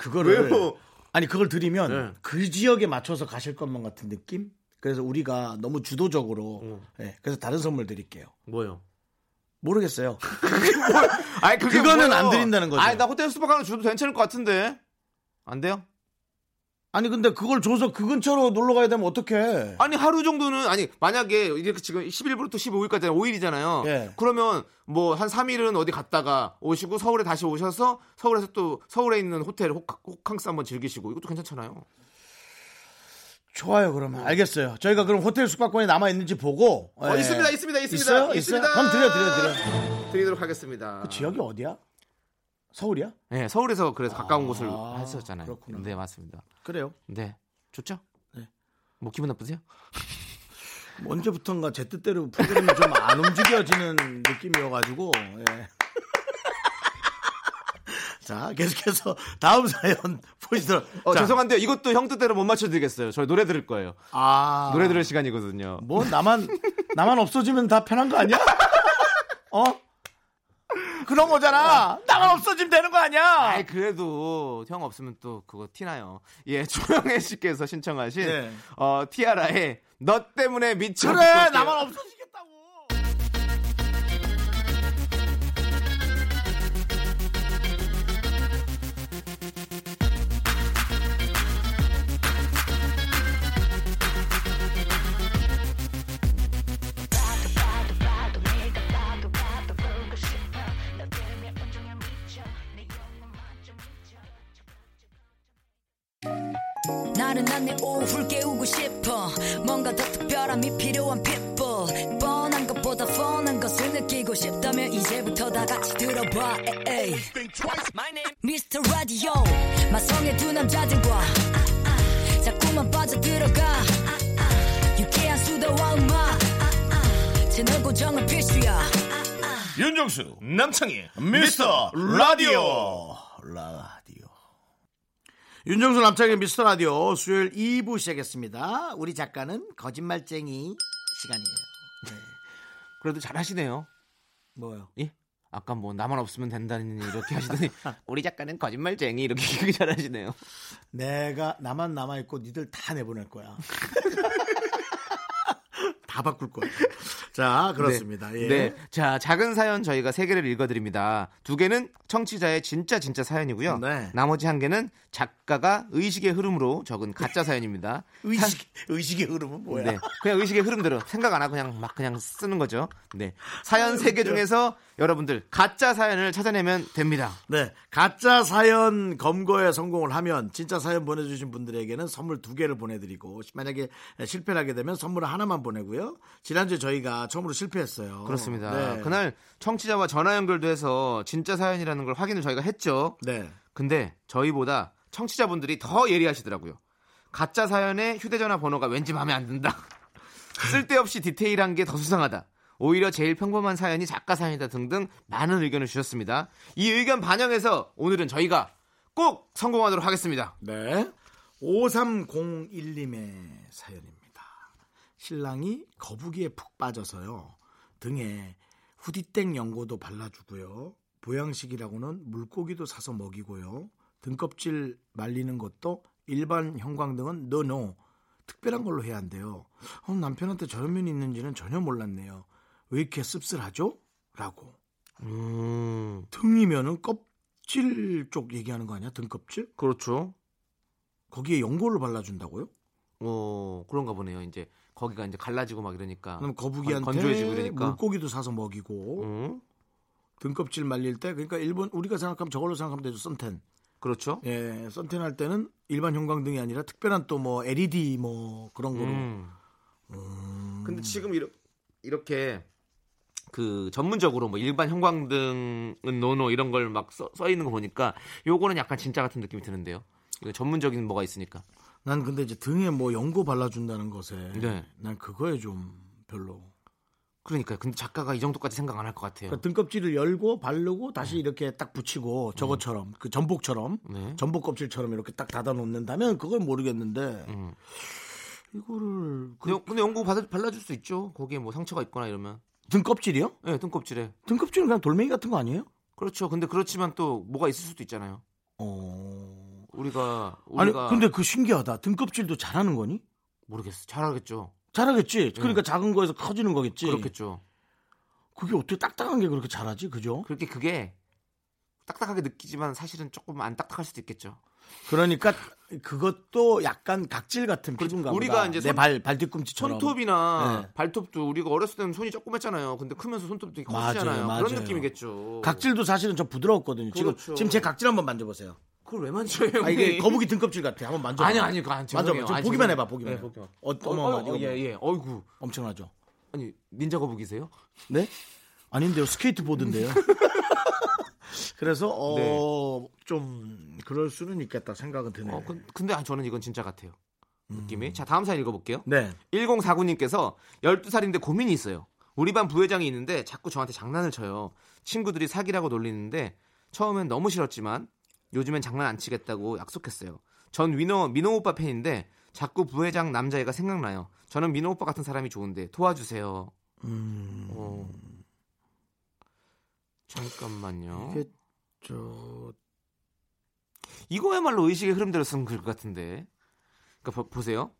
[SPEAKER 1] 그거를
[SPEAKER 2] 왜요?
[SPEAKER 1] 아니 그걸 드리면
[SPEAKER 2] 네.
[SPEAKER 1] 그 지역에 맞춰서 가실 것만 같은
[SPEAKER 2] 어.
[SPEAKER 1] 네, 느낌? 그래서 우리가 너무 주도적으로 예, 그래서 다른 선물 드릴게요.
[SPEAKER 2] 뭐요?
[SPEAKER 1] 모르겠어요.
[SPEAKER 2] 아니 그게
[SPEAKER 1] 그거는
[SPEAKER 2] 뭐예요?
[SPEAKER 1] 안 드린다는 거죠.
[SPEAKER 2] 아니 나 호텔 수박 하나 줘도 괜찮을 것 같은데 안 돼요?
[SPEAKER 1] 아니 근데 그걸 줘서 그 근처로 놀러 가야 되면 어떡해.
[SPEAKER 2] 아니 하루 정도는 아니 만약에 이렇게 지금 10일부터 15일까지 5일이잖아요.
[SPEAKER 1] 예.
[SPEAKER 2] 그러면 뭐 한 3일은 어디 갔다가 오시고 서울에 다시 오셔서 서울에서 또 서울에 있는 호텔 호, 호캉스 한번 즐기시고 이것도 괜찮잖아요.
[SPEAKER 1] 좋아요 그러면 알겠어요. 저희가 그럼 호텔 숙박권이 남아 있는지 보고.
[SPEAKER 2] 어,
[SPEAKER 1] 예.
[SPEAKER 2] 있습니다, 있습니다, 있습니다,
[SPEAKER 1] 있어요? 있어요?
[SPEAKER 2] 있습니다.
[SPEAKER 1] 그럼 드려 드려 드려. 그
[SPEAKER 2] 드리도록 하겠습니다.
[SPEAKER 1] 지역이 어디야? 서울이야?
[SPEAKER 2] 네, 서울에서 그래서 가까운 곳을
[SPEAKER 1] 아,
[SPEAKER 2] 하셨잖아요.
[SPEAKER 1] 그렇구나.
[SPEAKER 2] 네, 맞습니다.
[SPEAKER 1] 그래요.
[SPEAKER 2] 네, 좋죠?
[SPEAKER 1] 네.
[SPEAKER 2] 뭐 기분 나쁘세요?
[SPEAKER 1] 뭐 언제부턴가 제 뜻대로 프로그램이 좀 안 움직여지는 느낌이어가지고. 예. 자 계속해서 다음 사연 보시도록.
[SPEAKER 2] 어,
[SPEAKER 1] 자,
[SPEAKER 2] 죄송한데 이것도 형 뜻대로 못 맞춰드리겠어요. 저희 노래 들을 거예요.
[SPEAKER 1] 아
[SPEAKER 2] 노래 들을 시간이거든요.
[SPEAKER 1] 뭐 나만 나만 없어지면 다 편한 거 아니야? 어? 그런 거잖아. 나만 없어지면 되는 거 아니야?
[SPEAKER 2] 아이 그래도 형 없으면 또 그거 티나요. 예, 조영애 씨께서 신청하신
[SPEAKER 1] 네.
[SPEAKER 2] 어, 티아라의 너 때문에 미쳐.
[SPEAKER 1] 그래
[SPEAKER 2] 죽겠어요.
[SPEAKER 1] 나만 없어지겠다고.
[SPEAKER 4] 나른한 내 오후를 깨우고 싶어 뭔가 더 특별함이 필요한 people 뻔한 것보다 뻔한 것을 느끼고 싶다면 이제부터 다 같이 들어봐 에이. Mr. Radio 마성의 두 남자들과 자꾸만 빠져들어가 유쾌한 수다와 음악 채널 고정은 필수야
[SPEAKER 1] 윤정수 남창희 미스터 라디오 라디오. 윤정수 남창희 미스터 라디오 수요일 2부 시작했습니다. 아, 우리 작가는 거짓말쟁이 시간이에요.
[SPEAKER 2] 그래도 잘하시네요.
[SPEAKER 1] 뭐요?
[SPEAKER 2] 예? 아까 뭐 나만 없으면 된다니 이렇게 하시더니 우리 작가는 거짓말쟁이 이렇게 얘기 잘하시네요.
[SPEAKER 1] 내가 나만 남아 있고 니들 다 내보낼 거야. 다 바꿀 거야. 자 그렇습니다.
[SPEAKER 2] 네.
[SPEAKER 1] 예.
[SPEAKER 2] 네. 자, 작은 사연 저희가 세 개를 읽어 드립니다. 두 개는 청취자의 진짜 진짜 사연이고요.
[SPEAKER 1] 네.
[SPEAKER 2] 나머지 한 개는 작가가 의식의 흐름으로 적은 가짜 사연입니다.
[SPEAKER 1] 의식 의식의 흐름은 뭐야?
[SPEAKER 2] 네. 그냥 의식의 흐름대로 생각 안 하고 그냥 막 그냥 쓰는 거죠. 네. 사연 세 개 중에서 여러분들 가짜 사연을 찾아내면 됩니다.
[SPEAKER 1] 네, 가짜 사연 검거에 성공을 하면 진짜 사연 보내주신 분들에게는 선물 두 개를 보내드리고 만약에 실패를 하게 되면 선물을 하나만 보내고요. 지난주 에 저희가 처음으로 실패했어요.
[SPEAKER 2] 그렇습니다.
[SPEAKER 1] 네.
[SPEAKER 2] 그날 청취자와 전화 연결도 해서 진짜 사연이라는 걸 확인을 저희가 했죠.
[SPEAKER 1] 네,
[SPEAKER 2] 근데 저희보다 청취자분들이 더 예리하시더라고요. 가짜 사연의 휴대전화 번호가 왠지 마음에 안 든다. 쓸데없이 디테일한 게 더 수상하다. 오히려 제일 평범한 사연이 작가 사연이다 등등 많은 의견을 주셨습니다. 이 의견 반영해서 오늘은 저희가 꼭 성공하도록 하겠습니다.
[SPEAKER 1] 네, 5301님의 사연입니다. 신랑이 거북이에 푹 빠져서요. 등에 후디땡 연고도 발라주고요. 보양식이라고는 물고기도 사서 먹이고요. 등껍질 말리는 것도 일반 형광등은 노노 특별한 걸로 해야 한대요. 어, 남편한테 저런 면이 있는지는 전혀 몰랐네요. 왜 이렇게 씁쓸하죠? 라고
[SPEAKER 2] 음,
[SPEAKER 1] 등이면은 껍질 쪽 얘기하는 거 아니야? 등껍질?
[SPEAKER 2] 그렇죠.
[SPEAKER 1] 거기에 연고를 발라준다고요?
[SPEAKER 2] 어, 그런가 보네요. 이제 거기가 이제 갈라지고 막 이러니까.
[SPEAKER 1] 그럼 거북이한테
[SPEAKER 2] 건조해지고 이러니까.
[SPEAKER 1] 물고기도 사서 먹이고
[SPEAKER 2] 음,
[SPEAKER 1] 등껍질 말릴 때 그러니까 일본 우리가 생각하면 저걸로 생각하면 되죠 선텐
[SPEAKER 2] 그렇죠.
[SPEAKER 1] 예 선텐 할 때는 일반 형광등이 아니라 특별한 또 뭐 LED 뭐 그런 거로
[SPEAKER 2] 음. 근데 지금 이렇- 이렇게 그 전문적으로 뭐 일반 형광등은 노노 이런 걸 막 써 있는 거 보니까 요거는 약간 진짜 같은 느낌이 드는데요. 이거 전문적인 뭐가 있으니까.
[SPEAKER 1] 난 근데 이제 등에 뭐 연고 발라준다는 것에
[SPEAKER 2] 네.
[SPEAKER 1] 난 그거에 좀 별로
[SPEAKER 2] 그러니까 근데 작가가 이 정도까지 생각 안 할 것 같아요.
[SPEAKER 1] 그러니까 등껍질을 열고 바르고 다시 이렇게 딱 붙이고 저것처럼 그 전복처럼
[SPEAKER 2] 네.
[SPEAKER 1] 전복 껍질처럼 이렇게 딱 닫아 놓는다면 그걸 모르겠는데
[SPEAKER 2] 음.
[SPEAKER 1] 이거를 그
[SPEAKER 2] 근데, 근데 연구 받아- 발라줄 수 있죠. 거기에 뭐 상처가 있거나 이러면.
[SPEAKER 1] 등껍질이요?
[SPEAKER 2] 예, 등껍질에.
[SPEAKER 1] 등껍질은 그냥 돌멩이 같은 거 아니에요?
[SPEAKER 2] 그렇죠. 근데 그렇지만 또 뭐가 있을 수도 있잖아요.
[SPEAKER 1] 어.
[SPEAKER 2] 우리가
[SPEAKER 1] 아니
[SPEAKER 2] 우리가
[SPEAKER 1] 근데 그 신기하다. 등껍질도 잘하는 거니?
[SPEAKER 2] 모르겠어. 잘 알겠죠. 예.
[SPEAKER 1] 잘하겠지. 그러니까 작은 거에서 커지는 거겠지.
[SPEAKER 2] 그렇겠죠.
[SPEAKER 1] 그게 어떻게 딱딱한 게 그렇게 잘하지, 그죠?
[SPEAKER 2] 그렇게 그게 딱딱하게 느끼지만 사실은 조금 안 딱딱할 수도 있겠죠.
[SPEAKER 1] 그러니까 그것도 약간 각질 같은 피부감.
[SPEAKER 2] 그렇죠. 우리가 이제 손-
[SPEAKER 1] 내발 발뒤꿈치처럼.
[SPEAKER 2] 손톱이나
[SPEAKER 1] 네.
[SPEAKER 2] 발톱도 우리가 어렸을 때는 손이 조그맣잖아요. 근데 크면서 손톱도 되게
[SPEAKER 1] 맞아요,
[SPEAKER 2] 커지잖아요.
[SPEAKER 1] 맞아요.
[SPEAKER 2] 그런 느낌이겠죠.
[SPEAKER 1] 각질도 사실은 저 부드러웠거든요. 지금
[SPEAKER 2] 그렇죠.
[SPEAKER 1] 지금 제 각질 한번 만져보세요.
[SPEAKER 2] 그걸 왜 만져요?
[SPEAKER 1] 아 이게
[SPEAKER 2] 형님?
[SPEAKER 1] 거북이 등껍질 같아. 한번 만져.
[SPEAKER 2] 아니 아니 네, 그안
[SPEAKER 1] 만져봐. 좀 보기만 해봐. 보기만 해봐. 어, 어머 어머 이거
[SPEAKER 2] 예예. 어이구.
[SPEAKER 1] 엄청나죠.
[SPEAKER 2] 아니 닌자 거북이세요?
[SPEAKER 1] 네? 아닌데요. 스케이트보드인데요. 그래서 어, 좀 그럴 수는 있겠다 생각은 드네요.
[SPEAKER 2] 네. 어, 근- 근데 아, 저는 이건 진짜 같아요. 느낌이. 자, 다음 사연 읽어볼게요.
[SPEAKER 1] 네.
[SPEAKER 2] 1049님께서 12살인데 고민이 있어요. 우리 반 부회장이 있는데 자꾸 저한테 장난을 쳐요. 친구들이 사기라고 놀리는데 처음엔 너무 싫었지만 요즘엔 장난 안 치겠다고 약속했어요. 전 위너, 민호 오빠 팬인데 자꾸 부회장 남자애가 생각나요. 저는 민호 오빠 같은 사람이 좋은데 도와주세요.
[SPEAKER 1] 음.
[SPEAKER 2] 어. 잠깐만요.
[SPEAKER 1] 이게 저
[SPEAKER 2] 이거야말로 의식의 흐름대로 쓴 글 같은데. 그러니까 보, 세요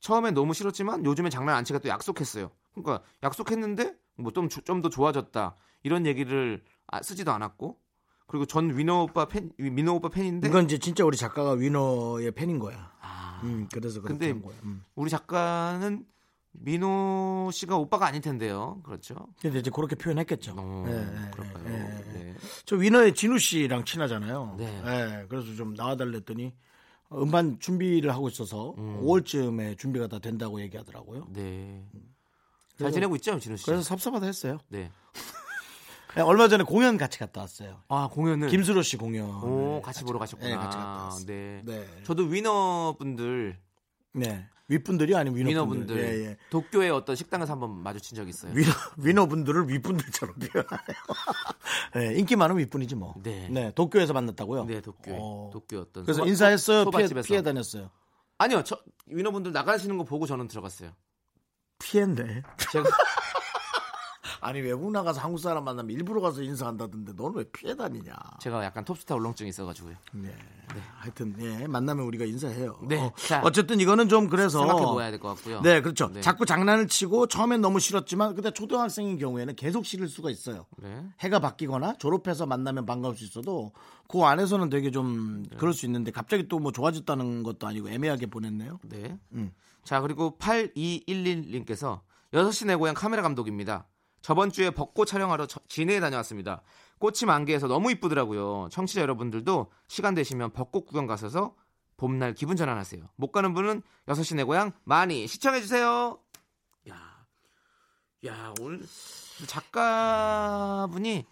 [SPEAKER 2] 처음엔 너무 싫었지만 요즘엔 장난 안 치가 또 약속했어요. 그러니까 약속했는데 뭐 좀 좀 더 좋아졌다 이런 얘기를 아- 쓰지도 않았고 그리고 전 위너 오빠 팬 위- 민호 오빠 팬인데
[SPEAKER 1] 이건 이제 진짜 우리 작가가 위너의 팬인 거야.
[SPEAKER 2] 네. 아,
[SPEAKER 1] 음, 그래서 그렇게
[SPEAKER 2] 근데
[SPEAKER 1] 한 거야. 음.
[SPEAKER 2] 우리 작가는 민호 씨가 오빠가 아닐 텐데요. 그렇죠?
[SPEAKER 1] 근데 이제 그렇게 표현했겠죠.
[SPEAKER 2] 어,
[SPEAKER 1] 예, 예,
[SPEAKER 2] 그럴까요?
[SPEAKER 1] 예, 예.
[SPEAKER 2] 네.
[SPEAKER 1] 저 위너의 진우 씨랑 친하잖아요.
[SPEAKER 2] 네.
[SPEAKER 1] 예, 그래서 좀 나와달랬더니 음반 준비를 하고 있어서
[SPEAKER 2] 음.
[SPEAKER 1] 5월쯤에 준비가 다 된다고 얘기하더라고요.
[SPEAKER 2] 네. 잘
[SPEAKER 1] 그래서-
[SPEAKER 2] 지내고 있죠, 진호 씨?
[SPEAKER 1] 그래서 섭섭하다 했어요.
[SPEAKER 2] 네.
[SPEAKER 1] 예, 얼마 전에 공연 같이 갔다 왔어요.
[SPEAKER 2] 아 공연을
[SPEAKER 1] 김수로 씨 공연.
[SPEAKER 2] 오 같이 보러 가셨구나.
[SPEAKER 1] 네, 같이 갔다 왔어요.
[SPEAKER 2] 네.
[SPEAKER 1] 네.
[SPEAKER 2] 저도 위너 분들
[SPEAKER 1] 네. 윗분들이 아니면 위너분들.
[SPEAKER 2] 위너분들
[SPEAKER 1] 예, 예.
[SPEAKER 2] 도쿄의 어떤 식당에서 한번 마주친 적이 있어요.
[SPEAKER 1] 위너, 위너분들을 윗분들처럼 표현하네요. 네, 인기 많은 윗분이지 뭐.
[SPEAKER 2] 네.
[SPEAKER 1] 도쿄에서 만났다고요?
[SPEAKER 2] 네, 도쿄
[SPEAKER 1] 어.
[SPEAKER 2] 도쿄 어떤
[SPEAKER 1] 그래서
[SPEAKER 2] 소바-
[SPEAKER 1] 인사했어요. 피해,
[SPEAKER 2] 소바집에서.
[SPEAKER 1] 피해 다녔어요.
[SPEAKER 2] 아니요, 저 위너분들 나가시는 거 보고 저는 들어갔어요.
[SPEAKER 1] 피했네.
[SPEAKER 2] 제가
[SPEAKER 1] 아니 외국 나가서 한국 사람 만나면 일부러 가서 인사한다던데 너는 왜 피해 다니냐?
[SPEAKER 2] 제가 약간 톱스타 울렁증이 있어가지고요.
[SPEAKER 1] 네. 하여튼 예, 만나면 우리가 인사해요.
[SPEAKER 2] 네,
[SPEAKER 1] 어,
[SPEAKER 2] 자.
[SPEAKER 1] 어쨌든 이거는 좀 그래서
[SPEAKER 2] 생각해 보아야 될 것 같고요.
[SPEAKER 1] 네, 그렇죠.
[SPEAKER 2] 네.
[SPEAKER 1] 자꾸 장난을 치고 처음엔 너무 싫었지만 근데 초등학생인 경우에는 계속 싫을 수가 있어요.
[SPEAKER 2] 네.
[SPEAKER 1] 해가 바뀌거나 졸업해서 만나면 반가울 수 있어도 그 안에서는 되게 좀 그럴 수 있는데 갑자기 또 뭐 좋아졌다는 것도 아니고 애매하게 보냈네요.
[SPEAKER 2] 네.
[SPEAKER 1] 음.
[SPEAKER 2] 자, 그리고 8211님께서 6시 내 고향 카메라 감독입니다. 저번 주에 벚꽃 촬영하러 저- 진해에 다녀왔습니다. 꽃이 만개해서 너무 이쁘더라고요. 청취자 여러분들도 시간 되시면 벚꽃 구경 가셔서 봄날 기분 전환하세요. 못 가는 분은 6시 내 고향 많이 시청해 주세요. 야. 야, 오늘 작가분이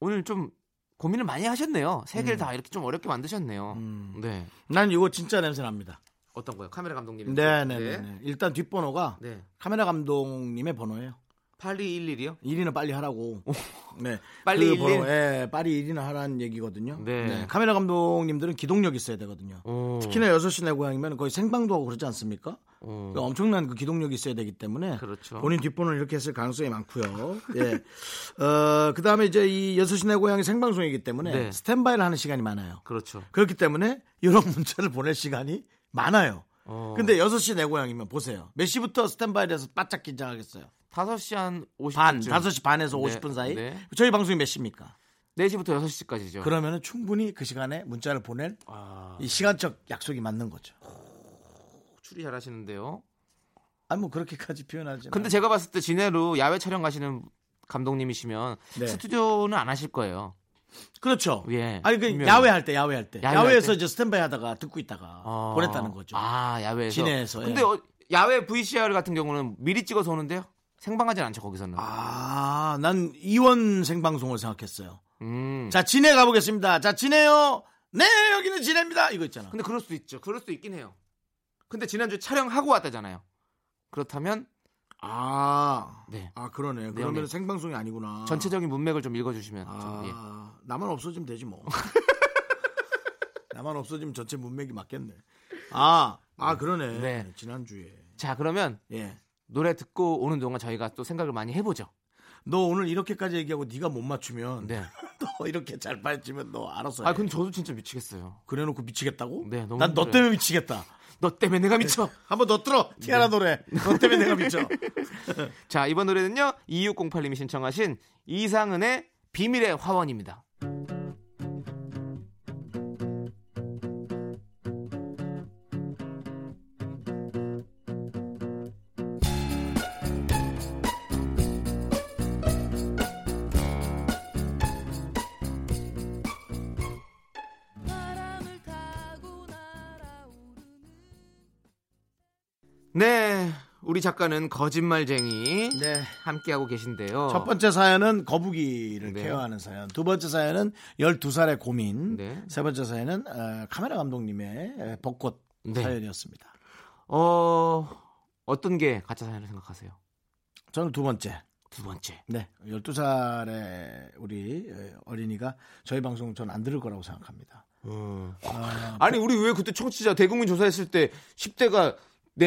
[SPEAKER 2] 오늘 좀 고민을 많이 하셨네요. 세
[SPEAKER 1] 음.
[SPEAKER 2] 개를 다 이렇게 좀 어렵게 만드셨네요. 네.
[SPEAKER 1] 난 이거 진짜 냄새 납니다.
[SPEAKER 2] 어떤 거요? 카메라 감독님.
[SPEAKER 1] 네, 네, 네. 네. 일단 뒷번호가
[SPEAKER 2] 네.
[SPEAKER 1] 카메라 감독님의 번호예요.
[SPEAKER 2] 8211이요?
[SPEAKER 1] 1위는 빨리 하라고. 네.
[SPEAKER 2] 빨리
[SPEAKER 1] 그 번호,
[SPEAKER 2] 일인.
[SPEAKER 1] 예, 빨리 1위는 하라는 얘기거든요.
[SPEAKER 2] 네.
[SPEAKER 1] 카메라 감독님들은 기동력 있어야 되거든요.
[SPEAKER 2] 오.
[SPEAKER 1] 특히나 6시 내 고향이면 거의 생방도 하고 그러지 않습니까?
[SPEAKER 2] 오.
[SPEAKER 1] 그 엄청난 그 기동력이 있어야 되기 때문에
[SPEAKER 2] 음. 그렇죠.
[SPEAKER 1] 본인 뒷번호를 이렇게 했을 가능성이 많고요. 예. 어, 그다음에 이제 이 6시 내 고향이 생방송이기 때문에
[SPEAKER 2] 네.
[SPEAKER 1] 스탠바이를 하는 시간이 많아요.
[SPEAKER 2] 그렇죠.
[SPEAKER 1] 그렇기 때문에 이런 문자를 보낼 시간이 많아요.
[SPEAKER 2] 어.
[SPEAKER 1] 근데 6시 내 고향이면 보세요. 몇 시부터 스탠바이를 해서 바짝 긴장하겠어요.
[SPEAKER 2] 5시 한 50분.
[SPEAKER 1] 반, 5시 반에서
[SPEAKER 2] 네,
[SPEAKER 1] 50분 사이.
[SPEAKER 2] 네.
[SPEAKER 1] 저희 방송이 몇 시입니까?
[SPEAKER 2] 4시부터 6시까지죠.
[SPEAKER 1] 그러면 충분히 그 시간에 문자를 보낼
[SPEAKER 2] 아,
[SPEAKER 1] 이 시간적 약속이 맞는 거죠.
[SPEAKER 2] 추리 잘 하시는데요. 네.
[SPEAKER 1] 아니, 뭐 그렇게까지 표현하지.
[SPEAKER 2] 근데 제가 봤을 때 진해로 야외 촬영 가시는 감독님이시면
[SPEAKER 1] 네.
[SPEAKER 2] 스튜디오는 안 하실 거예요.
[SPEAKER 1] 그렇죠.
[SPEAKER 2] 예,
[SPEAKER 1] 아니, 그
[SPEAKER 2] 분명히.
[SPEAKER 1] 야외 할 때, 야외 할 때.
[SPEAKER 2] 야외
[SPEAKER 1] 야외 에서
[SPEAKER 2] 할 때?
[SPEAKER 1] 이제 스탠바이 하다가 듣고 있다가
[SPEAKER 2] 어.
[SPEAKER 1] 보냈다는 거죠.
[SPEAKER 2] 아, 야외에서.
[SPEAKER 1] 진해에서,
[SPEAKER 2] 근데
[SPEAKER 1] 예.
[SPEAKER 2] 어, 야외 VCR 같은 경우는 미리 찍어서 오는데요. 생방하진 않죠, 거기서는.
[SPEAKER 1] 아, 난 이원 생방송을 생각했어요.
[SPEAKER 2] 음.
[SPEAKER 1] 자, 진해 가보겠습니다. 자, 진해요. 네, 여기는 진해입니다. 이거 있잖아.
[SPEAKER 2] 근데 그럴 수도 있죠. 그럴 수도 있긴 해요. 근데 지난주에 촬영하고 왔다잖아요. 그렇다면
[SPEAKER 1] 아,
[SPEAKER 2] 네.
[SPEAKER 1] 아 그러네요.
[SPEAKER 2] 네, 형님.
[SPEAKER 1] 생방송이 아니구나.
[SPEAKER 2] 전체적인 문맥을 좀 읽어주시면
[SPEAKER 1] 아,
[SPEAKER 2] 좀, 예.
[SPEAKER 1] 나만 없어지면 되지 뭐. 나만 없어지면 전체 문맥이 맞겠네. 아, 아 그러네.
[SPEAKER 2] 네.
[SPEAKER 1] 지난주에.
[SPEAKER 2] 자 그러면
[SPEAKER 1] 예.
[SPEAKER 2] 노래 듣고 오는 동안 저희가 또 생각을 많이 해보죠.
[SPEAKER 1] 너 오늘 이렇게까지 얘기하고 네가 못 맞추면
[SPEAKER 2] 네.
[SPEAKER 1] 너 이렇게 잘 빠지면 너 알아서.
[SPEAKER 2] 아
[SPEAKER 1] 해.
[SPEAKER 2] 근데 저도 진짜 미치겠어요.
[SPEAKER 1] 그래놓고 미치겠다고?
[SPEAKER 2] 네, 너무
[SPEAKER 1] 난 너
[SPEAKER 2] 힘들어요.
[SPEAKER 1] 때문에 미치겠다.
[SPEAKER 2] 너 때문에 내가 미쳐.
[SPEAKER 1] 한번 너 들어
[SPEAKER 2] 네.
[SPEAKER 1] 티아라 노래. 너 때문에 내가 미쳐. 네.
[SPEAKER 2] 자 이번 노래는요 2608님이 신청하신 이상은의 비밀의 화원입니다. 네, 우리 작가는 거짓말쟁이
[SPEAKER 1] 네.
[SPEAKER 2] 함께하고 계신데요.
[SPEAKER 1] 첫 번째 사연은 거북이를
[SPEAKER 2] 어. 네.
[SPEAKER 1] 케어하는 사연. 두 번째 사연은 12살의 고민.
[SPEAKER 2] 네.
[SPEAKER 1] 세 번째 사연은 어, 카메라 감독님의 에, 벚꽃
[SPEAKER 2] 네.
[SPEAKER 1] 사연이었습니다.
[SPEAKER 2] 어 어떤 게 가짜 사연을 생각하세요?
[SPEAKER 1] 저는 두 번째.
[SPEAKER 2] 두 번째.
[SPEAKER 1] 네. 12살의 우리 에, 어린이가 저희 방송 전 안 들을 거라고 생각합니다.
[SPEAKER 2] 아니 우리 왜 그때 청취자 대국민 조사했을 때 10대가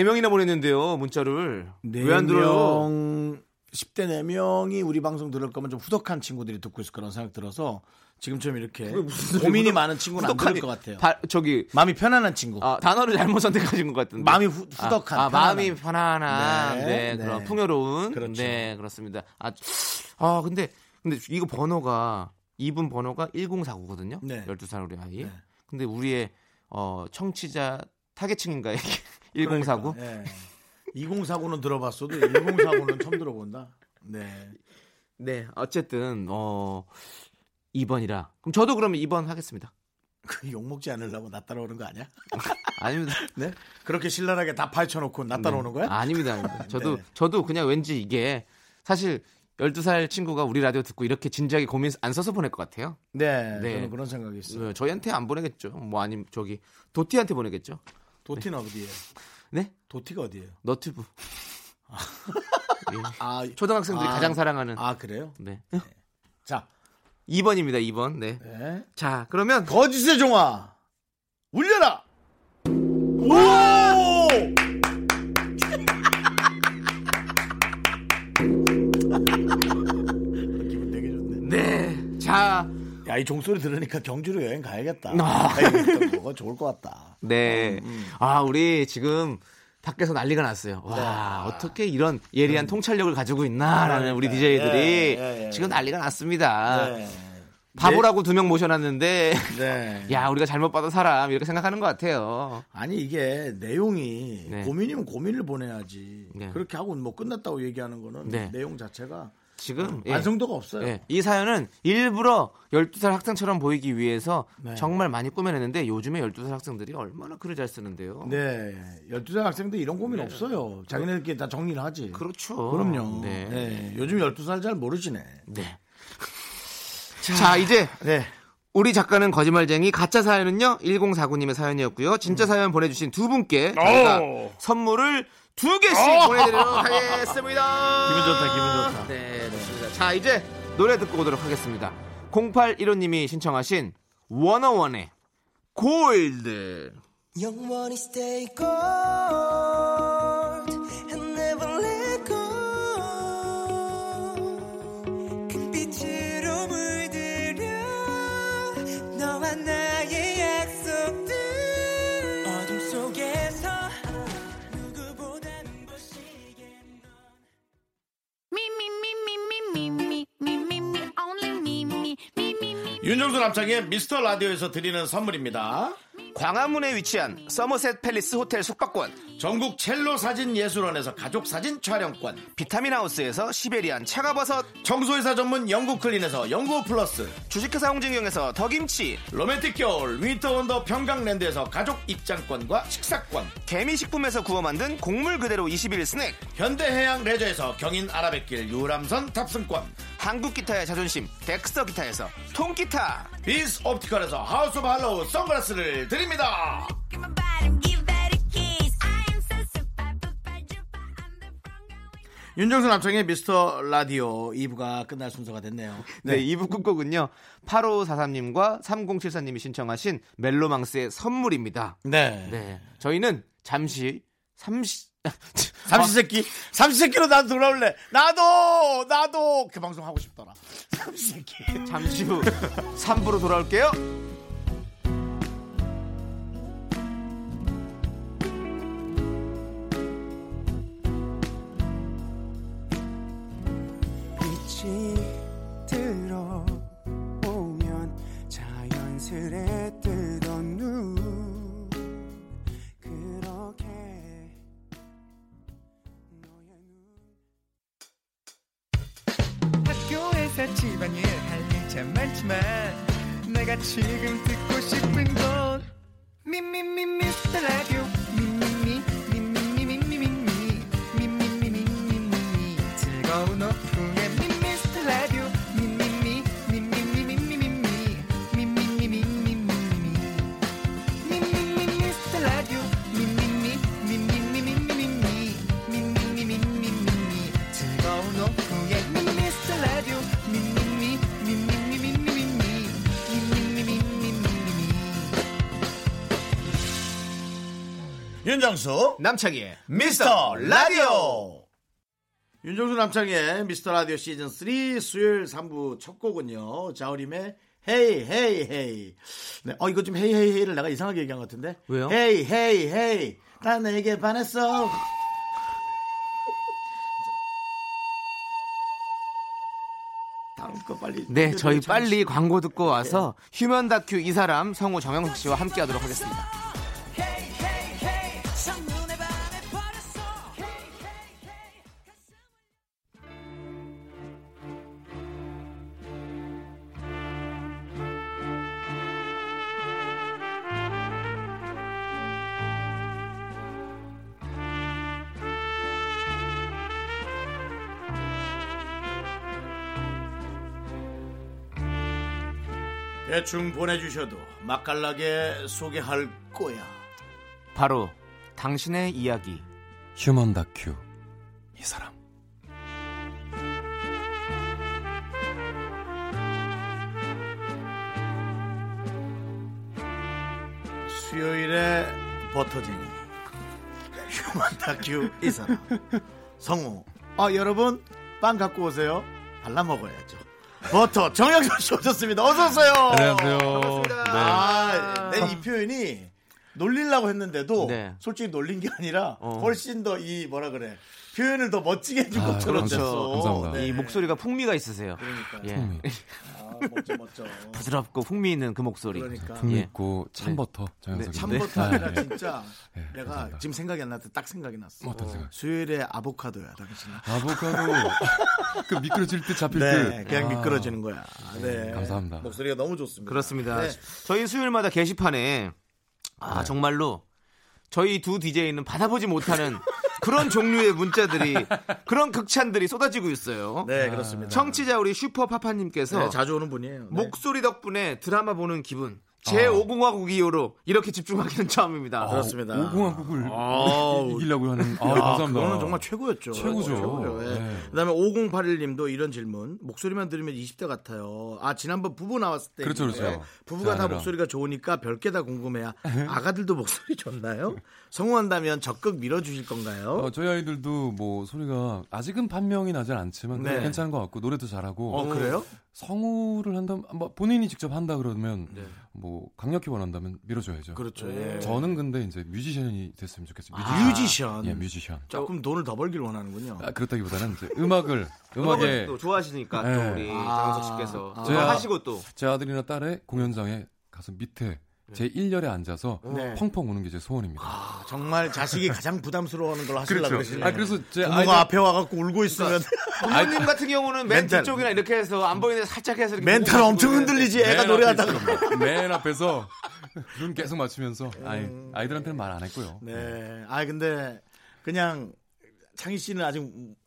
[SPEAKER 2] 4명이나 보냈는데요 문자를
[SPEAKER 1] 네
[SPEAKER 2] 왜 안 들어요?
[SPEAKER 1] 명, 10대 4명이 우리 방송 들을 거면 좀 후덕한 친구들이 듣고 있을 거라는 생각 들어서 지금처럼 이렇게 고민이 많은 친구는 안 들을 것 같아요.
[SPEAKER 2] 바- 저기
[SPEAKER 1] 마음이 편안한 친구.
[SPEAKER 2] 아, 단어를 잘못 선택하신 것 같은데.
[SPEAKER 1] 마음이 후- 후덕한,
[SPEAKER 2] 아, 아,
[SPEAKER 1] 편안한.
[SPEAKER 2] 마음이 편안한.
[SPEAKER 1] 네,
[SPEAKER 2] 네,
[SPEAKER 1] 네.
[SPEAKER 2] 그런 풍요로운.
[SPEAKER 1] 그렇죠.
[SPEAKER 2] 네, 그렇습니다. 아, 아, 근데, 근데 이거 번호가, 이분 번호가 1049거든요.
[SPEAKER 1] 네.
[SPEAKER 2] 12살 우리 아이.
[SPEAKER 1] 네.
[SPEAKER 2] 근데 우리의, 어, 청취자 타겟층인가, 이게. 1049?
[SPEAKER 1] 예. 2049는 들어봤어도 1049는 처음 들어본다. 네.
[SPEAKER 2] 네, 어쨌든, 어, 2번이라. 그럼 저도 그러면 2번 하겠습니다.
[SPEAKER 1] 그 욕먹지 않으려고 나 따라오는 거 아니야?
[SPEAKER 2] 아닙니다.
[SPEAKER 1] 네? 그렇게 신랄하게 다 파헤쳐놓고 나 따라오는 거야?
[SPEAKER 2] 아, 아닙니다. 아닙니다. 저도
[SPEAKER 1] 네.
[SPEAKER 2] 저도 그냥 왠지 이게 사실 12살 친구가 우리 라디오 듣고 이렇게 진지하게 고민 안 써서 보낼 것 같아요.
[SPEAKER 1] 네,
[SPEAKER 2] 네.
[SPEAKER 1] 저는 그런 생각이 있어요.
[SPEAKER 2] 어, 저희한테 안 보내겠죠. 뭐 아니면 저기 도티한테 보내겠죠.
[SPEAKER 1] 도티는 어디에?
[SPEAKER 2] 네?
[SPEAKER 1] 도티가 어디에요?
[SPEAKER 2] 너튜브.
[SPEAKER 1] 아,
[SPEAKER 2] 초등학생들이
[SPEAKER 1] 아.
[SPEAKER 2] 가장 사랑하는
[SPEAKER 1] 아 그래요?
[SPEAKER 2] 네.
[SPEAKER 1] 자,
[SPEAKER 2] 2번입니다. 2번. 네.
[SPEAKER 1] 네.
[SPEAKER 2] 자, 그러면
[SPEAKER 1] 거짓의 종아 울려라. 오! 기분 되게 좋네.
[SPEAKER 2] 네. 자,
[SPEAKER 1] 야, 이 종소리 들으니까 경주로 여행 가야겠다.
[SPEAKER 2] 아.
[SPEAKER 1] 뭐가 좋을 것 같다.
[SPEAKER 2] 네. 아, 우리 지금 밖에서 난리가 났어요. 와,
[SPEAKER 1] 네.
[SPEAKER 2] 어떻게 이런 예리한 통찰력을 가지고 있나라는 우리 DJ들이
[SPEAKER 1] 음. 예, 예, 예.
[SPEAKER 2] 지금 난리가 났습니다.
[SPEAKER 1] 네.
[SPEAKER 2] 바보라고 두 명 모셔놨는데
[SPEAKER 1] 네.
[SPEAKER 2] 야 우리가 잘못 봐도 사람 이렇게 생각하는 것 같아요.
[SPEAKER 1] 아니 이게 내용이
[SPEAKER 2] 네.
[SPEAKER 1] 고민이면 고민을 보내야지.
[SPEAKER 2] 네.
[SPEAKER 1] 그렇게 하고 뭐 끝났다고 얘기하는 거는
[SPEAKER 2] 네.
[SPEAKER 1] 내용 자체가
[SPEAKER 2] 지금 예,
[SPEAKER 1] 완성도가 없어요.
[SPEAKER 2] 예, 이 사연은 일부러 12살 학생처럼 보이기 위해서
[SPEAKER 1] 네.
[SPEAKER 2] 정말 많이 꾸며냈는데 요즘에 12살 학생들이 얼마나 글을 잘 쓰는데요.
[SPEAKER 1] 네. 12살 학생들 이런 고민 없어요. 자기네들끼리 다 정리를 하지.
[SPEAKER 2] 네. 그렇죠.
[SPEAKER 1] 그럼요.
[SPEAKER 2] 네.
[SPEAKER 1] 네. 요즘 12살 잘 모르시네.
[SPEAKER 2] 네. 자 이제
[SPEAKER 1] 네.
[SPEAKER 2] 우리 작가는 거짓말쟁이 가짜 사연은요 1049님의 사연이었고요
[SPEAKER 1] 음.
[SPEAKER 2] 진짜 사연 보내주신 두 분께
[SPEAKER 1] 어.
[SPEAKER 2] 저희가 선물을 두 개씩 보내드리도록 하겠습니다
[SPEAKER 1] 기분 좋다, 기분 좋다.
[SPEAKER 2] 네 좋습니다 자 이제 노래 듣고 오도록 하겠습니다 0815님이 신청하신 워너원의 골드
[SPEAKER 5] 영원히 stay gold and never let go 큰 빛으로 물들여 너와 나의 약속들 어둠 속에서 누구보다는 보시게 넌
[SPEAKER 6] Me, me, me, me, me, me, me, me, me, me, only me, me, me, me, me.
[SPEAKER 1] 윤정수 남창의 미스터 라디오에서 드리는 선물입니다.
[SPEAKER 2] 광화문에 위치한 서머셋 팰리스 호텔 숙박권
[SPEAKER 1] 전국 첼로 사진 예술원에서 가족 사진 촬영권.
[SPEAKER 2] 비타민 하우스에서 시베리안 차가버섯
[SPEAKER 1] 청소회사 전문 영국 클린에서 영국 플러스.
[SPEAKER 2] 주식회사 홍진경에서 더김치
[SPEAKER 1] 로맨틱 겨울 위터 원더 평강랜드에서 가족 입장권과 식사권.
[SPEAKER 2] 개미식품에서 구워 만든 곡물 그대로 21 스낵
[SPEAKER 1] 현대해양 레저에서 경인 아라뱃길 유람선 탑승권.
[SPEAKER 2] 한국 기타의 자존심 덱스터 기타에서 통기타
[SPEAKER 1] 비스 옵티컬에서 하우스 오브 할로우 선글라스를 드립니다.
[SPEAKER 6] Give my body, give that a kiss. I am so super, super, duper. I'm the wrong girl.
[SPEAKER 1] 윤정수 남창의 미스터 라디오 2부가 끝날 순서가 됐네요.
[SPEAKER 2] 네, 2부 끝곡은요 8543님과 3074님이 신청하신 멜로망스의 선물입니다
[SPEAKER 1] 네.
[SPEAKER 2] 네 저희는 잠시 30,
[SPEAKER 1] 삼시세끼 삼시세끼로 나도 돌아올래 나도 나도 그 방송 하고 싶더라 삼시세끼
[SPEAKER 2] 잠시 후 3부로 돌아올게요.
[SPEAKER 5] 빛이 들어오면 자연스레 뜨던 눈 그렇게 너의 눈 학교에서 집안일 할 일 참 많지만 내가 지금 듣고 싶은 건 미미미 미스터 라디오 미미미 미미미 미미미 미미미 미미미 즐거운 오후
[SPEAKER 1] 윤정수
[SPEAKER 2] 남창희의
[SPEAKER 1] 미스터 라디오 윤정수 남창의 미스터 라디오 시즌 3 수요일 3부 첫 곡은요 자우림의 헤이 헤이 헤이 네, 어 이거 좀 헤이 헤이 헤이를 내가 이상하게 얘기한 것 같은데
[SPEAKER 2] 왜요?
[SPEAKER 1] 헤이 헤이 헤이 나 내게 반했어 다음 거 빨리
[SPEAKER 2] 네, 저희 빨리 광고 듣고 와서 휴면 다큐 이 사람 성우 정영석 씨와 함께 하도록 하겠습니다.
[SPEAKER 1] 대충 보내주셔도 맛깔나게 소개할 거야
[SPEAKER 2] 바로 당신의 이야기.
[SPEAKER 7] 휴먼 다큐 이 사람
[SPEAKER 1] 수요일에 버터쟁이 휴먼 다큐 이 사람 성우 아 여러분 빵 갖고 오세요 발라 먹어야죠 버터 정영석 씨 오셨습니다 어서 오세요
[SPEAKER 7] 안녕하세요 네.
[SPEAKER 1] 아내이 표현이 놀리려고 했는데도
[SPEAKER 2] 네.
[SPEAKER 1] 솔직히 놀린 게 아니라
[SPEAKER 2] 어.
[SPEAKER 1] 훨씬 더 이 뭐라 그래 표현을 더 멋지게 해준
[SPEAKER 2] 아,
[SPEAKER 1] 것처럼
[SPEAKER 2] 그렇죠.
[SPEAKER 1] 됐어
[SPEAKER 7] 감사합니다.
[SPEAKER 2] 이 목소리가 풍미가 있으세요.
[SPEAKER 1] 네. 그러니까
[SPEAKER 2] 예.
[SPEAKER 7] 풍미
[SPEAKER 1] 아, 멋져 멋져
[SPEAKER 2] 부드럽고 풍미 있는 그 목소리.
[SPEAKER 1] 그러니까
[SPEAKER 7] 풍미
[SPEAKER 2] 예.
[SPEAKER 7] 있고 그 참버터 정영석
[SPEAKER 1] 참버터 아니라 진짜
[SPEAKER 7] 예,
[SPEAKER 1] 내가
[SPEAKER 7] 감사합니다.
[SPEAKER 1] 지금 생각이 안 났는데 딱 생각이 났어
[SPEAKER 7] 어떤 생각?
[SPEAKER 1] 수요일에 아보카도야 당신
[SPEAKER 7] 아보카도 그 미끄러질 듯 잡힐
[SPEAKER 1] 네,
[SPEAKER 7] 듯
[SPEAKER 1] 그냥
[SPEAKER 7] 아,
[SPEAKER 1] 미끄러지는 거야. 네.
[SPEAKER 7] 감사합니다.
[SPEAKER 1] 목소리가 너무 좋습니다.
[SPEAKER 2] 그렇습니다.
[SPEAKER 1] 네.
[SPEAKER 2] 저희 수요일마다 게시판에 아 정말로 저희 두 DJ는 받아보지 못하는 그런 종류의 문자들이 그런 극찬들이 쏟아지고 있어요.
[SPEAKER 1] 네, 그렇습니다.
[SPEAKER 2] 청취자 우리 슈퍼파파님께서
[SPEAKER 1] 네, 자주 오는 분이에요. 네.
[SPEAKER 2] 목소리 덕분에 드라마 보는 기분 제5공화국 이후로 이렇게 집중하기는 처음입니다. 음.
[SPEAKER 1] 그렇습니다.
[SPEAKER 7] 아, 오공화국을
[SPEAKER 1] 아. 아우.
[SPEAKER 7] 이기려고 하는 아,
[SPEAKER 1] 아,
[SPEAKER 7] 감사합니다.
[SPEAKER 1] 그거는 정말 최고였죠.
[SPEAKER 7] 최고죠.
[SPEAKER 1] 예.
[SPEAKER 7] 네.
[SPEAKER 1] 그다음에 5081님도 이런 질문. 목소리만 들으면 20대 같아요. 아 지난번 부부 나왔을 때
[SPEAKER 7] 그렇죠,
[SPEAKER 1] 있는데
[SPEAKER 7] 그렇죠.
[SPEAKER 1] 부부가 다
[SPEAKER 7] 아내랑.
[SPEAKER 1] 목소리가 좋으니까 별게 다 궁금해요.
[SPEAKER 7] 네.
[SPEAKER 1] 아가들도 목소리 좋나요? 성공한다면 적극 밀어주실 건가요?
[SPEAKER 7] 어, 저희 아이들도 뭐 소리가 아직은 판명이 나진 않지만 그래도
[SPEAKER 1] 네.
[SPEAKER 7] 괜찮은 것 같고 노래도 잘하고
[SPEAKER 1] 어, 그래요?
[SPEAKER 7] 성우를 한다 뭐 본인이 직접 한다 그러면 뭐 강력히 원한다면 밀어줘야죠.
[SPEAKER 1] 네. 그렇죠. 예. 아.
[SPEAKER 7] 저는 근데 이제 뮤지션이 됐으면 좋겠어요. 뮤지션.
[SPEAKER 1] 뮤지션.
[SPEAKER 7] 예, 뮤지션.
[SPEAKER 1] 조금 돈을 더 벌길 원하는군요.
[SPEAKER 7] 아, 그렇다기보다는 이제 음악을
[SPEAKER 2] 음악을
[SPEAKER 1] 예.
[SPEAKER 7] 음악에
[SPEAKER 2] 또 좋아하시니까
[SPEAKER 7] 네.
[SPEAKER 2] 또 우리
[SPEAKER 1] 아.
[SPEAKER 2] 장석 씨께서
[SPEAKER 1] 아.
[SPEAKER 2] 음악 하시고 또
[SPEAKER 7] 제 아들이나 딸의 공연장에 가서 밑에 제 1열에 앉아서
[SPEAKER 1] 네.
[SPEAKER 7] 펑펑 우는 게 제 소원입니다.
[SPEAKER 1] 아, 정말 자식이 가장 부담스러워하는 걸 하시려고 그러시네요.
[SPEAKER 7] 아, 그래서
[SPEAKER 1] 부모가
[SPEAKER 7] 제 아이들 그러니까
[SPEAKER 1] 앞에 와갖고 울고 있으면
[SPEAKER 2] 부모님 같은 경우는 멘트
[SPEAKER 1] 멘탈.
[SPEAKER 2] 쪽이나 이렇게 해서 안 보이는 데 살짝 해서 이렇게
[SPEAKER 1] 멘탈
[SPEAKER 2] 보고
[SPEAKER 1] 엄청
[SPEAKER 2] 있는데
[SPEAKER 1] 흔들리지 애가
[SPEAKER 7] 맨 앞에
[SPEAKER 1] 노래하다가
[SPEAKER 7] 있어요. 맨 앞에서 눈 계속 맞추면서 아이, 아이들한테는 말 안 했고요.
[SPEAKER 1] 네. 아 근데 그냥 창희 씨는 아직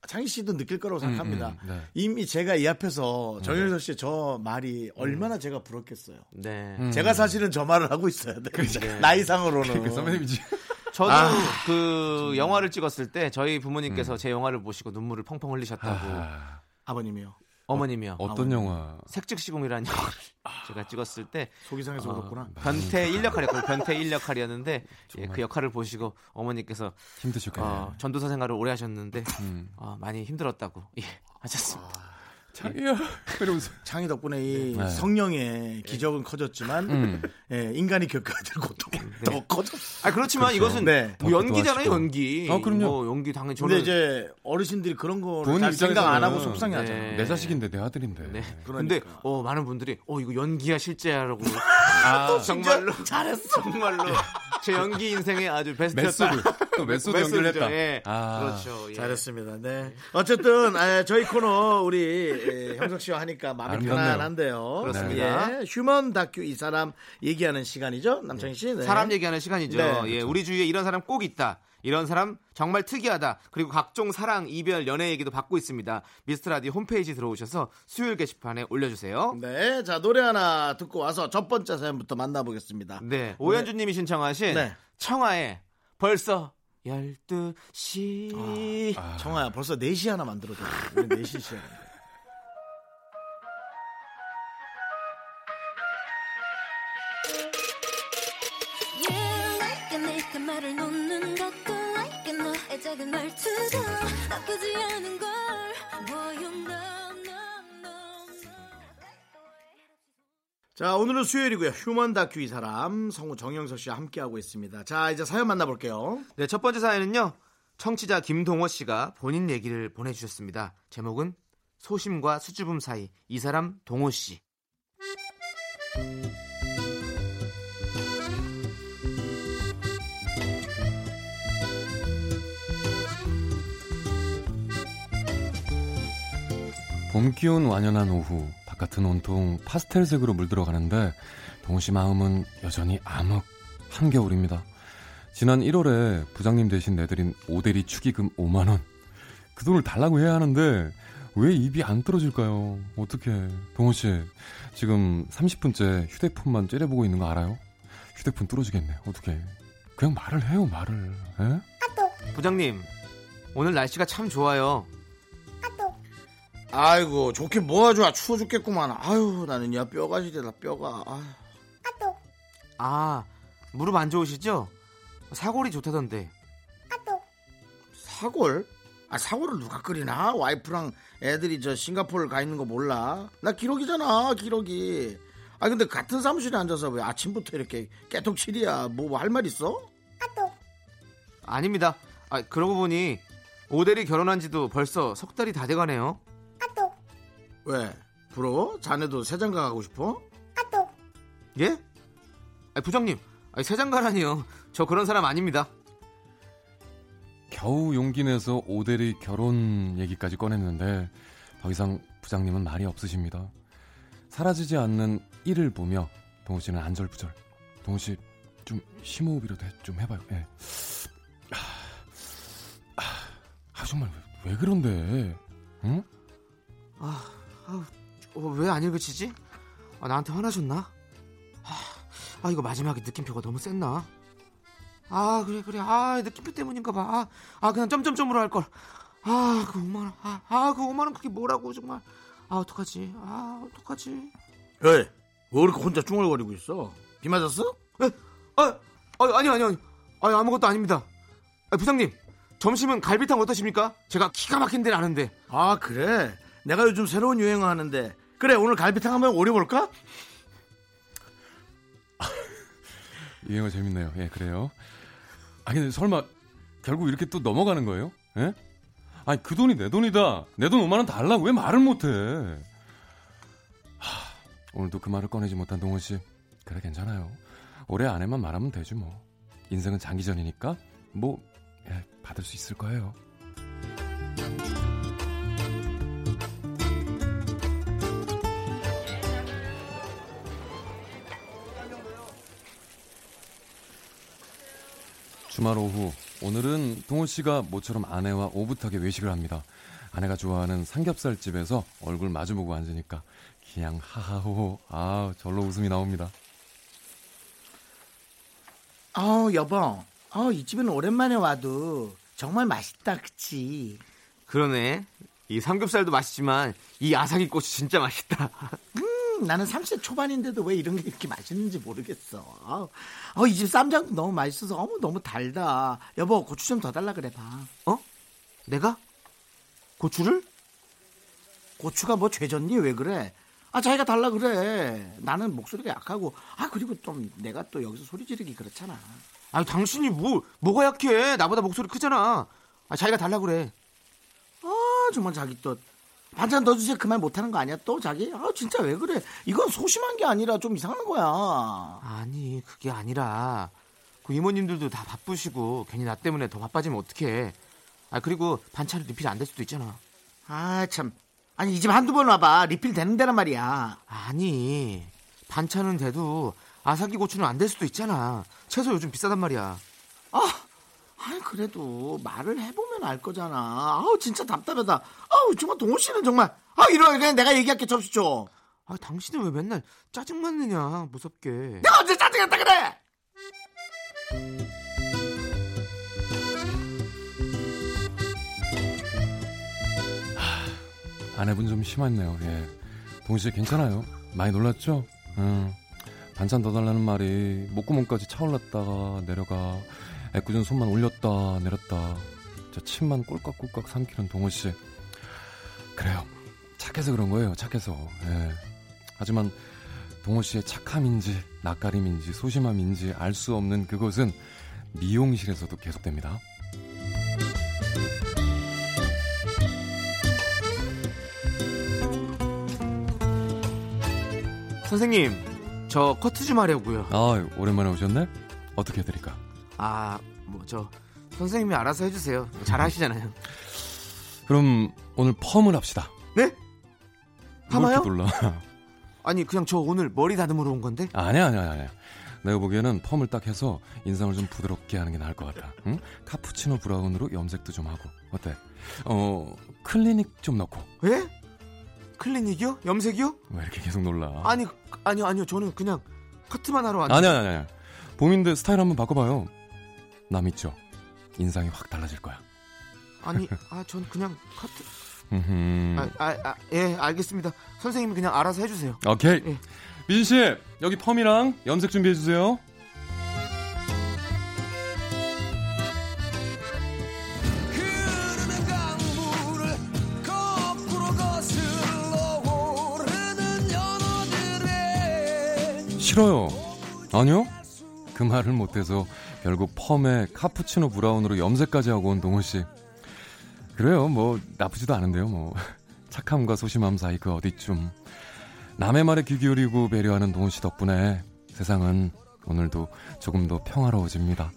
[SPEAKER 1] 창희 씨도 느낄 거라고 생각합니다.
[SPEAKER 7] 음, 네.
[SPEAKER 1] 이미 제가 이 앞에서 정현석 씨의 저 말이 얼마나 제가 부럽겠어요.
[SPEAKER 2] 네.
[SPEAKER 1] 제가 사실은 저 말을 하고 있어야 돼. 나이상으로는.
[SPEAKER 7] 음. 그러니까 선배님이지.
[SPEAKER 2] 저도 그 영화를 찍었을 때 저희 부모님께서 제 영화를 보시고 눈물을 펑펑 흘리셨다고.
[SPEAKER 7] 아,
[SPEAKER 1] 아버님이요.
[SPEAKER 2] 어머님이요.
[SPEAKER 7] 어떤 영화?
[SPEAKER 2] 색즉시공이라는 영화를 제가 찍었을 때
[SPEAKER 1] 속이상해서
[SPEAKER 7] 아.
[SPEAKER 2] 어,
[SPEAKER 1] 그렇구나.
[SPEAKER 2] 변태 1역할이었고 변태 1역할이었는데 그 역할을 보시고 어머니께서
[SPEAKER 7] 힘드셨겠네요.
[SPEAKER 2] 어, 전도사 생활을 오래 하셨는데
[SPEAKER 7] 음.
[SPEAKER 2] 어, 많이 힘들었다고 예, 하셨습니다.
[SPEAKER 7] 자기야. 이러면서.
[SPEAKER 1] 창희 덕분에 이
[SPEAKER 7] 네.
[SPEAKER 1] 성령의 기적은 커졌지만
[SPEAKER 7] 음. 네.
[SPEAKER 1] 예, 인간이 겪어야 될 고통이 더 커졌어.
[SPEAKER 2] 아 그렇지만 이것은
[SPEAKER 1] 네.
[SPEAKER 2] 뭐 연기잖아요
[SPEAKER 7] 하시고.
[SPEAKER 2] 연기.
[SPEAKER 7] 아, 그럼요.
[SPEAKER 2] 뭐 연기 당연히
[SPEAKER 1] 근데
[SPEAKER 2] 저는
[SPEAKER 1] 이제 어르신들이 그런 거를
[SPEAKER 7] 부모님
[SPEAKER 1] 잘 생각 안
[SPEAKER 7] 입장에서는-
[SPEAKER 1] 하고 속상해
[SPEAKER 2] 네.
[SPEAKER 1] 하잖아요.
[SPEAKER 7] 내 자식인데 내 아들인데.
[SPEAKER 2] 네.
[SPEAKER 1] 그러니까.
[SPEAKER 2] 근데 어, 많은 분들이 어 이거 연기야 실제야라고
[SPEAKER 7] 아,
[SPEAKER 2] 정말로 잘했어 정말로 제 연기 인생의 아주 베스트였다.
[SPEAKER 7] 메소드. 또 메소드 연기를
[SPEAKER 2] 메소드죠.
[SPEAKER 7] 했다.
[SPEAKER 2] 예.
[SPEAKER 7] 아.
[SPEAKER 2] 그렇죠. 예.
[SPEAKER 1] 잘했습니다. 네. 어쨌든 에, 저희 코너 우리 에, 형석 씨와 하니까 마음이
[SPEAKER 7] 아름답네요.
[SPEAKER 1] 편안한데요.
[SPEAKER 2] 그렇습니다.
[SPEAKER 1] 예, 휴먼 다큐 이 사람 얘기하는 시간이죠, 남창희 씨. 네.
[SPEAKER 2] 사람 얘기하는 시간이죠.
[SPEAKER 1] 네,
[SPEAKER 2] 예, 우리 주위에 이런 사람 꼭 있다. 이런 사람 정말 특이하다. 그리고 각종 사랑, 이별, 연애 얘기도 받고 있습니다. 미스터 라디 홈페이지 들어오셔서 수요일 게시판에 올려주세요.
[SPEAKER 1] 네, 자 노래 하나 듣고 와서 첫 번째 사연부터 만나보겠습니다.
[SPEAKER 2] 네, 오현주님이 신청하신
[SPEAKER 1] 네.
[SPEAKER 2] 청하의 벌써 12시.
[SPEAKER 1] 청아야 벌써 4시 하나 만들어줘. 우리 4시 시작인데.
[SPEAKER 3] You like it 내가 말을 놓는 것도 like it 너의 작은 말투도 나쁘지 않은 걸 보여
[SPEAKER 1] 자, 오늘은 수요일이고요. 휴먼 다큐 이 사람 성우 정영석 씨와 함께하고 있습니다. 자, 이제 사연 만나볼게요.
[SPEAKER 2] 네, 첫 번째 사연은요. 청취자 김동호 씨가 본인 얘기를 보내주셨습니다. 제목은 소심과 수줍음 사이 이 사람 동호 씨.
[SPEAKER 7] 봄 기운 완연한 오후 바깥은 온통 파스텔색으로 물들어 가는데 동호 씨 마음은 여전히 암흑 한겨울입니다. 지난 1월에 부장님 대신 내드린 오대리 축의금 5만 원. 그 돈을 달라고 해야 하는데 왜 입이 안 떨어질까요? 어떻게 동호 씨 지금 30분째 휴대폰만 째려보고 있는 거 알아요? 휴대폰 뚫어지겠네. 어떻게? 그냥 말을 해요 말을. 에?
[SPEAKER 2] 부장님, 오늘 날씨가 참 좋아요.
[SPEAKER 1] 아이고, 좋게 뭐가 좋아. 추워 죽겠구만. 아유, 나는 야 뼈가 시리다 뼈가. 아유.
[SPEAKER 2] 아, 무릎 안 좋으시죠? 사골이 좋다던데.
[SPEAKER 1] 사골? 아, 사골을 누가 끓이나? 와이프랑 애들이 저 싱가포르 가 있는 거 몰라. 나 기록이잖아, 기록이. 아, 근데 같은 사무실에 앉아서 왜 아침부터 이렇게 깨톡칠이야. 뭐 할 말 있어?
[SPEAKER 2] 아닙니다. 아, 그러고 보니 오델이 결혼한 지도 벌써 석 달이 다 돼가네요.
[SPEAKER 1] 왜? 부러워? 자네도 새장가 가고 싶어?
[SPEAKER 2] 예? 아, 부장님, 아, 세장가라니요. 저 그런 사람 아닙니다.
[SPEAKER 7] 겨우 용기 내서 오델의 결혼 얘기까지 꺼냈는데 더 이상 부장님은 말이 없으십니다. 사라지지 않는 일을 보며 동호 씨는 안절부절. 동호 씨좀 심호흡이라도 해, 좀 해봐요. 예. 아, 아, 정말 왜, 왜 그런데? 응?
[SPEAKER 2] 어, 왜 안 읽으시지? 아, 나한테 화나셨나? 아, 아, 이거 마지막에 느낌표가 너무 셌나? 아 그래 그래 아 느낌표 때문인가 봐. 아, 아, 그냥 점점점으로 할 걸. 아 그 5만 원. 아, 아, 그 5만 원 그게 뭐라고 정말. 아 어떡하지? 아 어떡하지?
[SPEAKER 1] 에이, 왜 이렇게 혼자 중얼거리고 있어? 비 맞았어?
[SPEAKER 2] 아, 아 아니 아니 아니. 아 아무것도 아닙니다. 아, 부장님 점심은 갈비탕 어떠십니까? 제가 기가 막힌 데를 아는데.
[SPEAKER 1] 아, 그래. 내가 요즘 새로운 유행을 하는데. 그래, 오늘 갈비탕 한번 오려볼까?
[SPEAKER 7] 이 영화 재밌네요. 예, 그래요. 아니 근데 설마 결국 이렇게 또 넘어가는 거예요? 예? 아니 그 돈이 내 돈이다. 내 돈 5만 원 달라고 왜 말을 못해? 하, 오늘도 그 말을 꺼내지 못한 동원 씨. 그래 괜찮아요. 올해 안에만 말하면 되지 뭐. 인생은 장기전이니까 뭐 예, 받을 수 있을 거예요. 주말 오후 오늘은 동호 씨가 모처럼 아내와 오붓하게 외식을 합니다. 아내가 좋아하는 삼겹살 집에서 얼굴 마주보고 앉으니까 그냥 하하호호 아 절로 웃음이 나옵니다.
[SPEAKER 1] 아 여보. 아, 이 집은 오랜만에 와도 정말 맛있다, 그치?
[SPEAKER 2] 그러네. 이 삼겹살도 맛있지만 이 아삭이 꽃이 진짜 맛있다.
[SPEAKER 1] 음, 나는 30대 초반인데도 왜 이런 게 이렇게 맛있는지 모르겠어. 어, 이 집 쌈장 너무 맛있어서 어머 너무 달다. 여보 고추 좀 더 달라 그래 봐.
[SPEAKER 2] 어? 내가? 고추를?
[SPEAKER 1] 고추가 뭐 죄졌니? 왜 그래? 아 자기가 달라 그래. 나는 목소리가 약하고 아 그리고 좀 내가 또 여기서 소리 지르기 그렇잖아.
[SPEAKER 2] 아니 당신이 뭐 뭐가 약해? 나보다 목소리 크잖아. 아 자기가 달라 그래.
[SPEAKER 1] 아 정말 자기 또 반찬 더 주세요 그 말 못하는 거 아니야 또 자기? 아 진짜 왜 그래? 이건 소심한 게 아니라 좀 이상한 거야.
[SPEAKER 2] 아니 그게 아니라 그 이모님들도 다 바쁘시고 괜히 나 때문에 더 바빠지면 어떡해. 아 그리고 반찬 리필이 안 될 수도 있잖아.
[SPEAKER 1] 아 참. 아니 이 집 한두 번 와봐 리필 되는 데란 말이야.
[SPEAKER 2] 아니 반찬은 돼도 아삭이 고추는 안 될 수도 있잖아. 채소 요즘 비싸단 말이야.
[SPEAKER 1] 아, 아니 그래도 말을 해보면 알 거잖아. 아우 진짜 답답하다. 아우 정말 동호 씨는 정말 아 이러 그냥 내가 얘기할게 접수 줘.
[SPEAKER 2] 아 당신은 왜 맨날 짜증만 내냐 무섭게.
[SPEAKER 1] 내가 언제 짜증났다 그래?
[SPEAKER 7] 아내분 좀 심했네요. 예. 동시에 괜찮아요. 많이 놀랐죠? 음. 반찬 더 달라는 말이 목구멍까지 차올랐다가 내려가 애꿎은 손만 올렸다 내렸다 저 침만 꼴깍꼴깍 삼키는 동호 씨 그래요 착해서 그런 거예요 착해서 예. 하지만 동호 씨의 착함인지 낯가림인지 소심함인지 알 수 없는 그것은 미용실에서도 계속됩니다
[SPEAKER 2] 선생님 저 커트 좀 하려고요.
[SPEAKER 7] 아 오랜만에 오셨네 어떻게 해드릴까
[SPEAKER 2] 아 뭐 저 선생님이 알아서 해주세요. 뭐 잘 하시잖아요.
[SPEAKER 7] 그럼 오늘 펌을 합시다
[SPEAKER 2] 네?
[SPEAKER 7] 왜
[SPEAKER 2] 파마요?
[SPEAKER 7] 이렇게 놀라
[SPEAKER 2] 아니 그냥 저 오늘 머리 다듬으러 온 건데.
[SPEAKER 7] 아니야 아니야 아니야 내가 보기에는 펌을 딱 해서 인상을 좀 부드럽게 하는 게 나을 것 같아 응? 카푸치노 브라운으로 염색도 좀 하고 어때 어 클리닉 좀 넣고
[SPEAKER 2] 왜? 클리닉이요? 염색이요?
[SPEAKER 7] 왜 이렇게 계속 놀라
[SPEAKER 2] 아니 아니요 아니요 저는 그냥 커트만 하러 왔는데.
[SPEAKER 7] 아니야 아니야 아니야 봄인데 스타일 한번 바꿔봐요 남 있죠 인상이 확 달라질 거야
[SPEAKER 2] 아니 아 전 그냥 커트.
[SPEAKER 7] 음흠.
[SPEAKER 2] 아아예 알겠습니다. 선생님이 그냥 알아서 해주세요.
[SPEAKER 7] 오케이
[SPEAKER 2] 예.
[SPEAKER 7] 민씨 여기 펌이랑 염색 준비해 주세요 싫어요 아니요 그 말을 못해서 결국 펌에 카푸치노 브라운으로 염색까지 하고 온 동호 씨 그래요 뭐 나쁘지도 않은데요 뭐 착함과 소심함 사이 그 어디쯤 남의 말에 귀 기울이고 배려하는 동훈 씨 덕분에 세상은 오늘도 조금 더 평화로워집니다.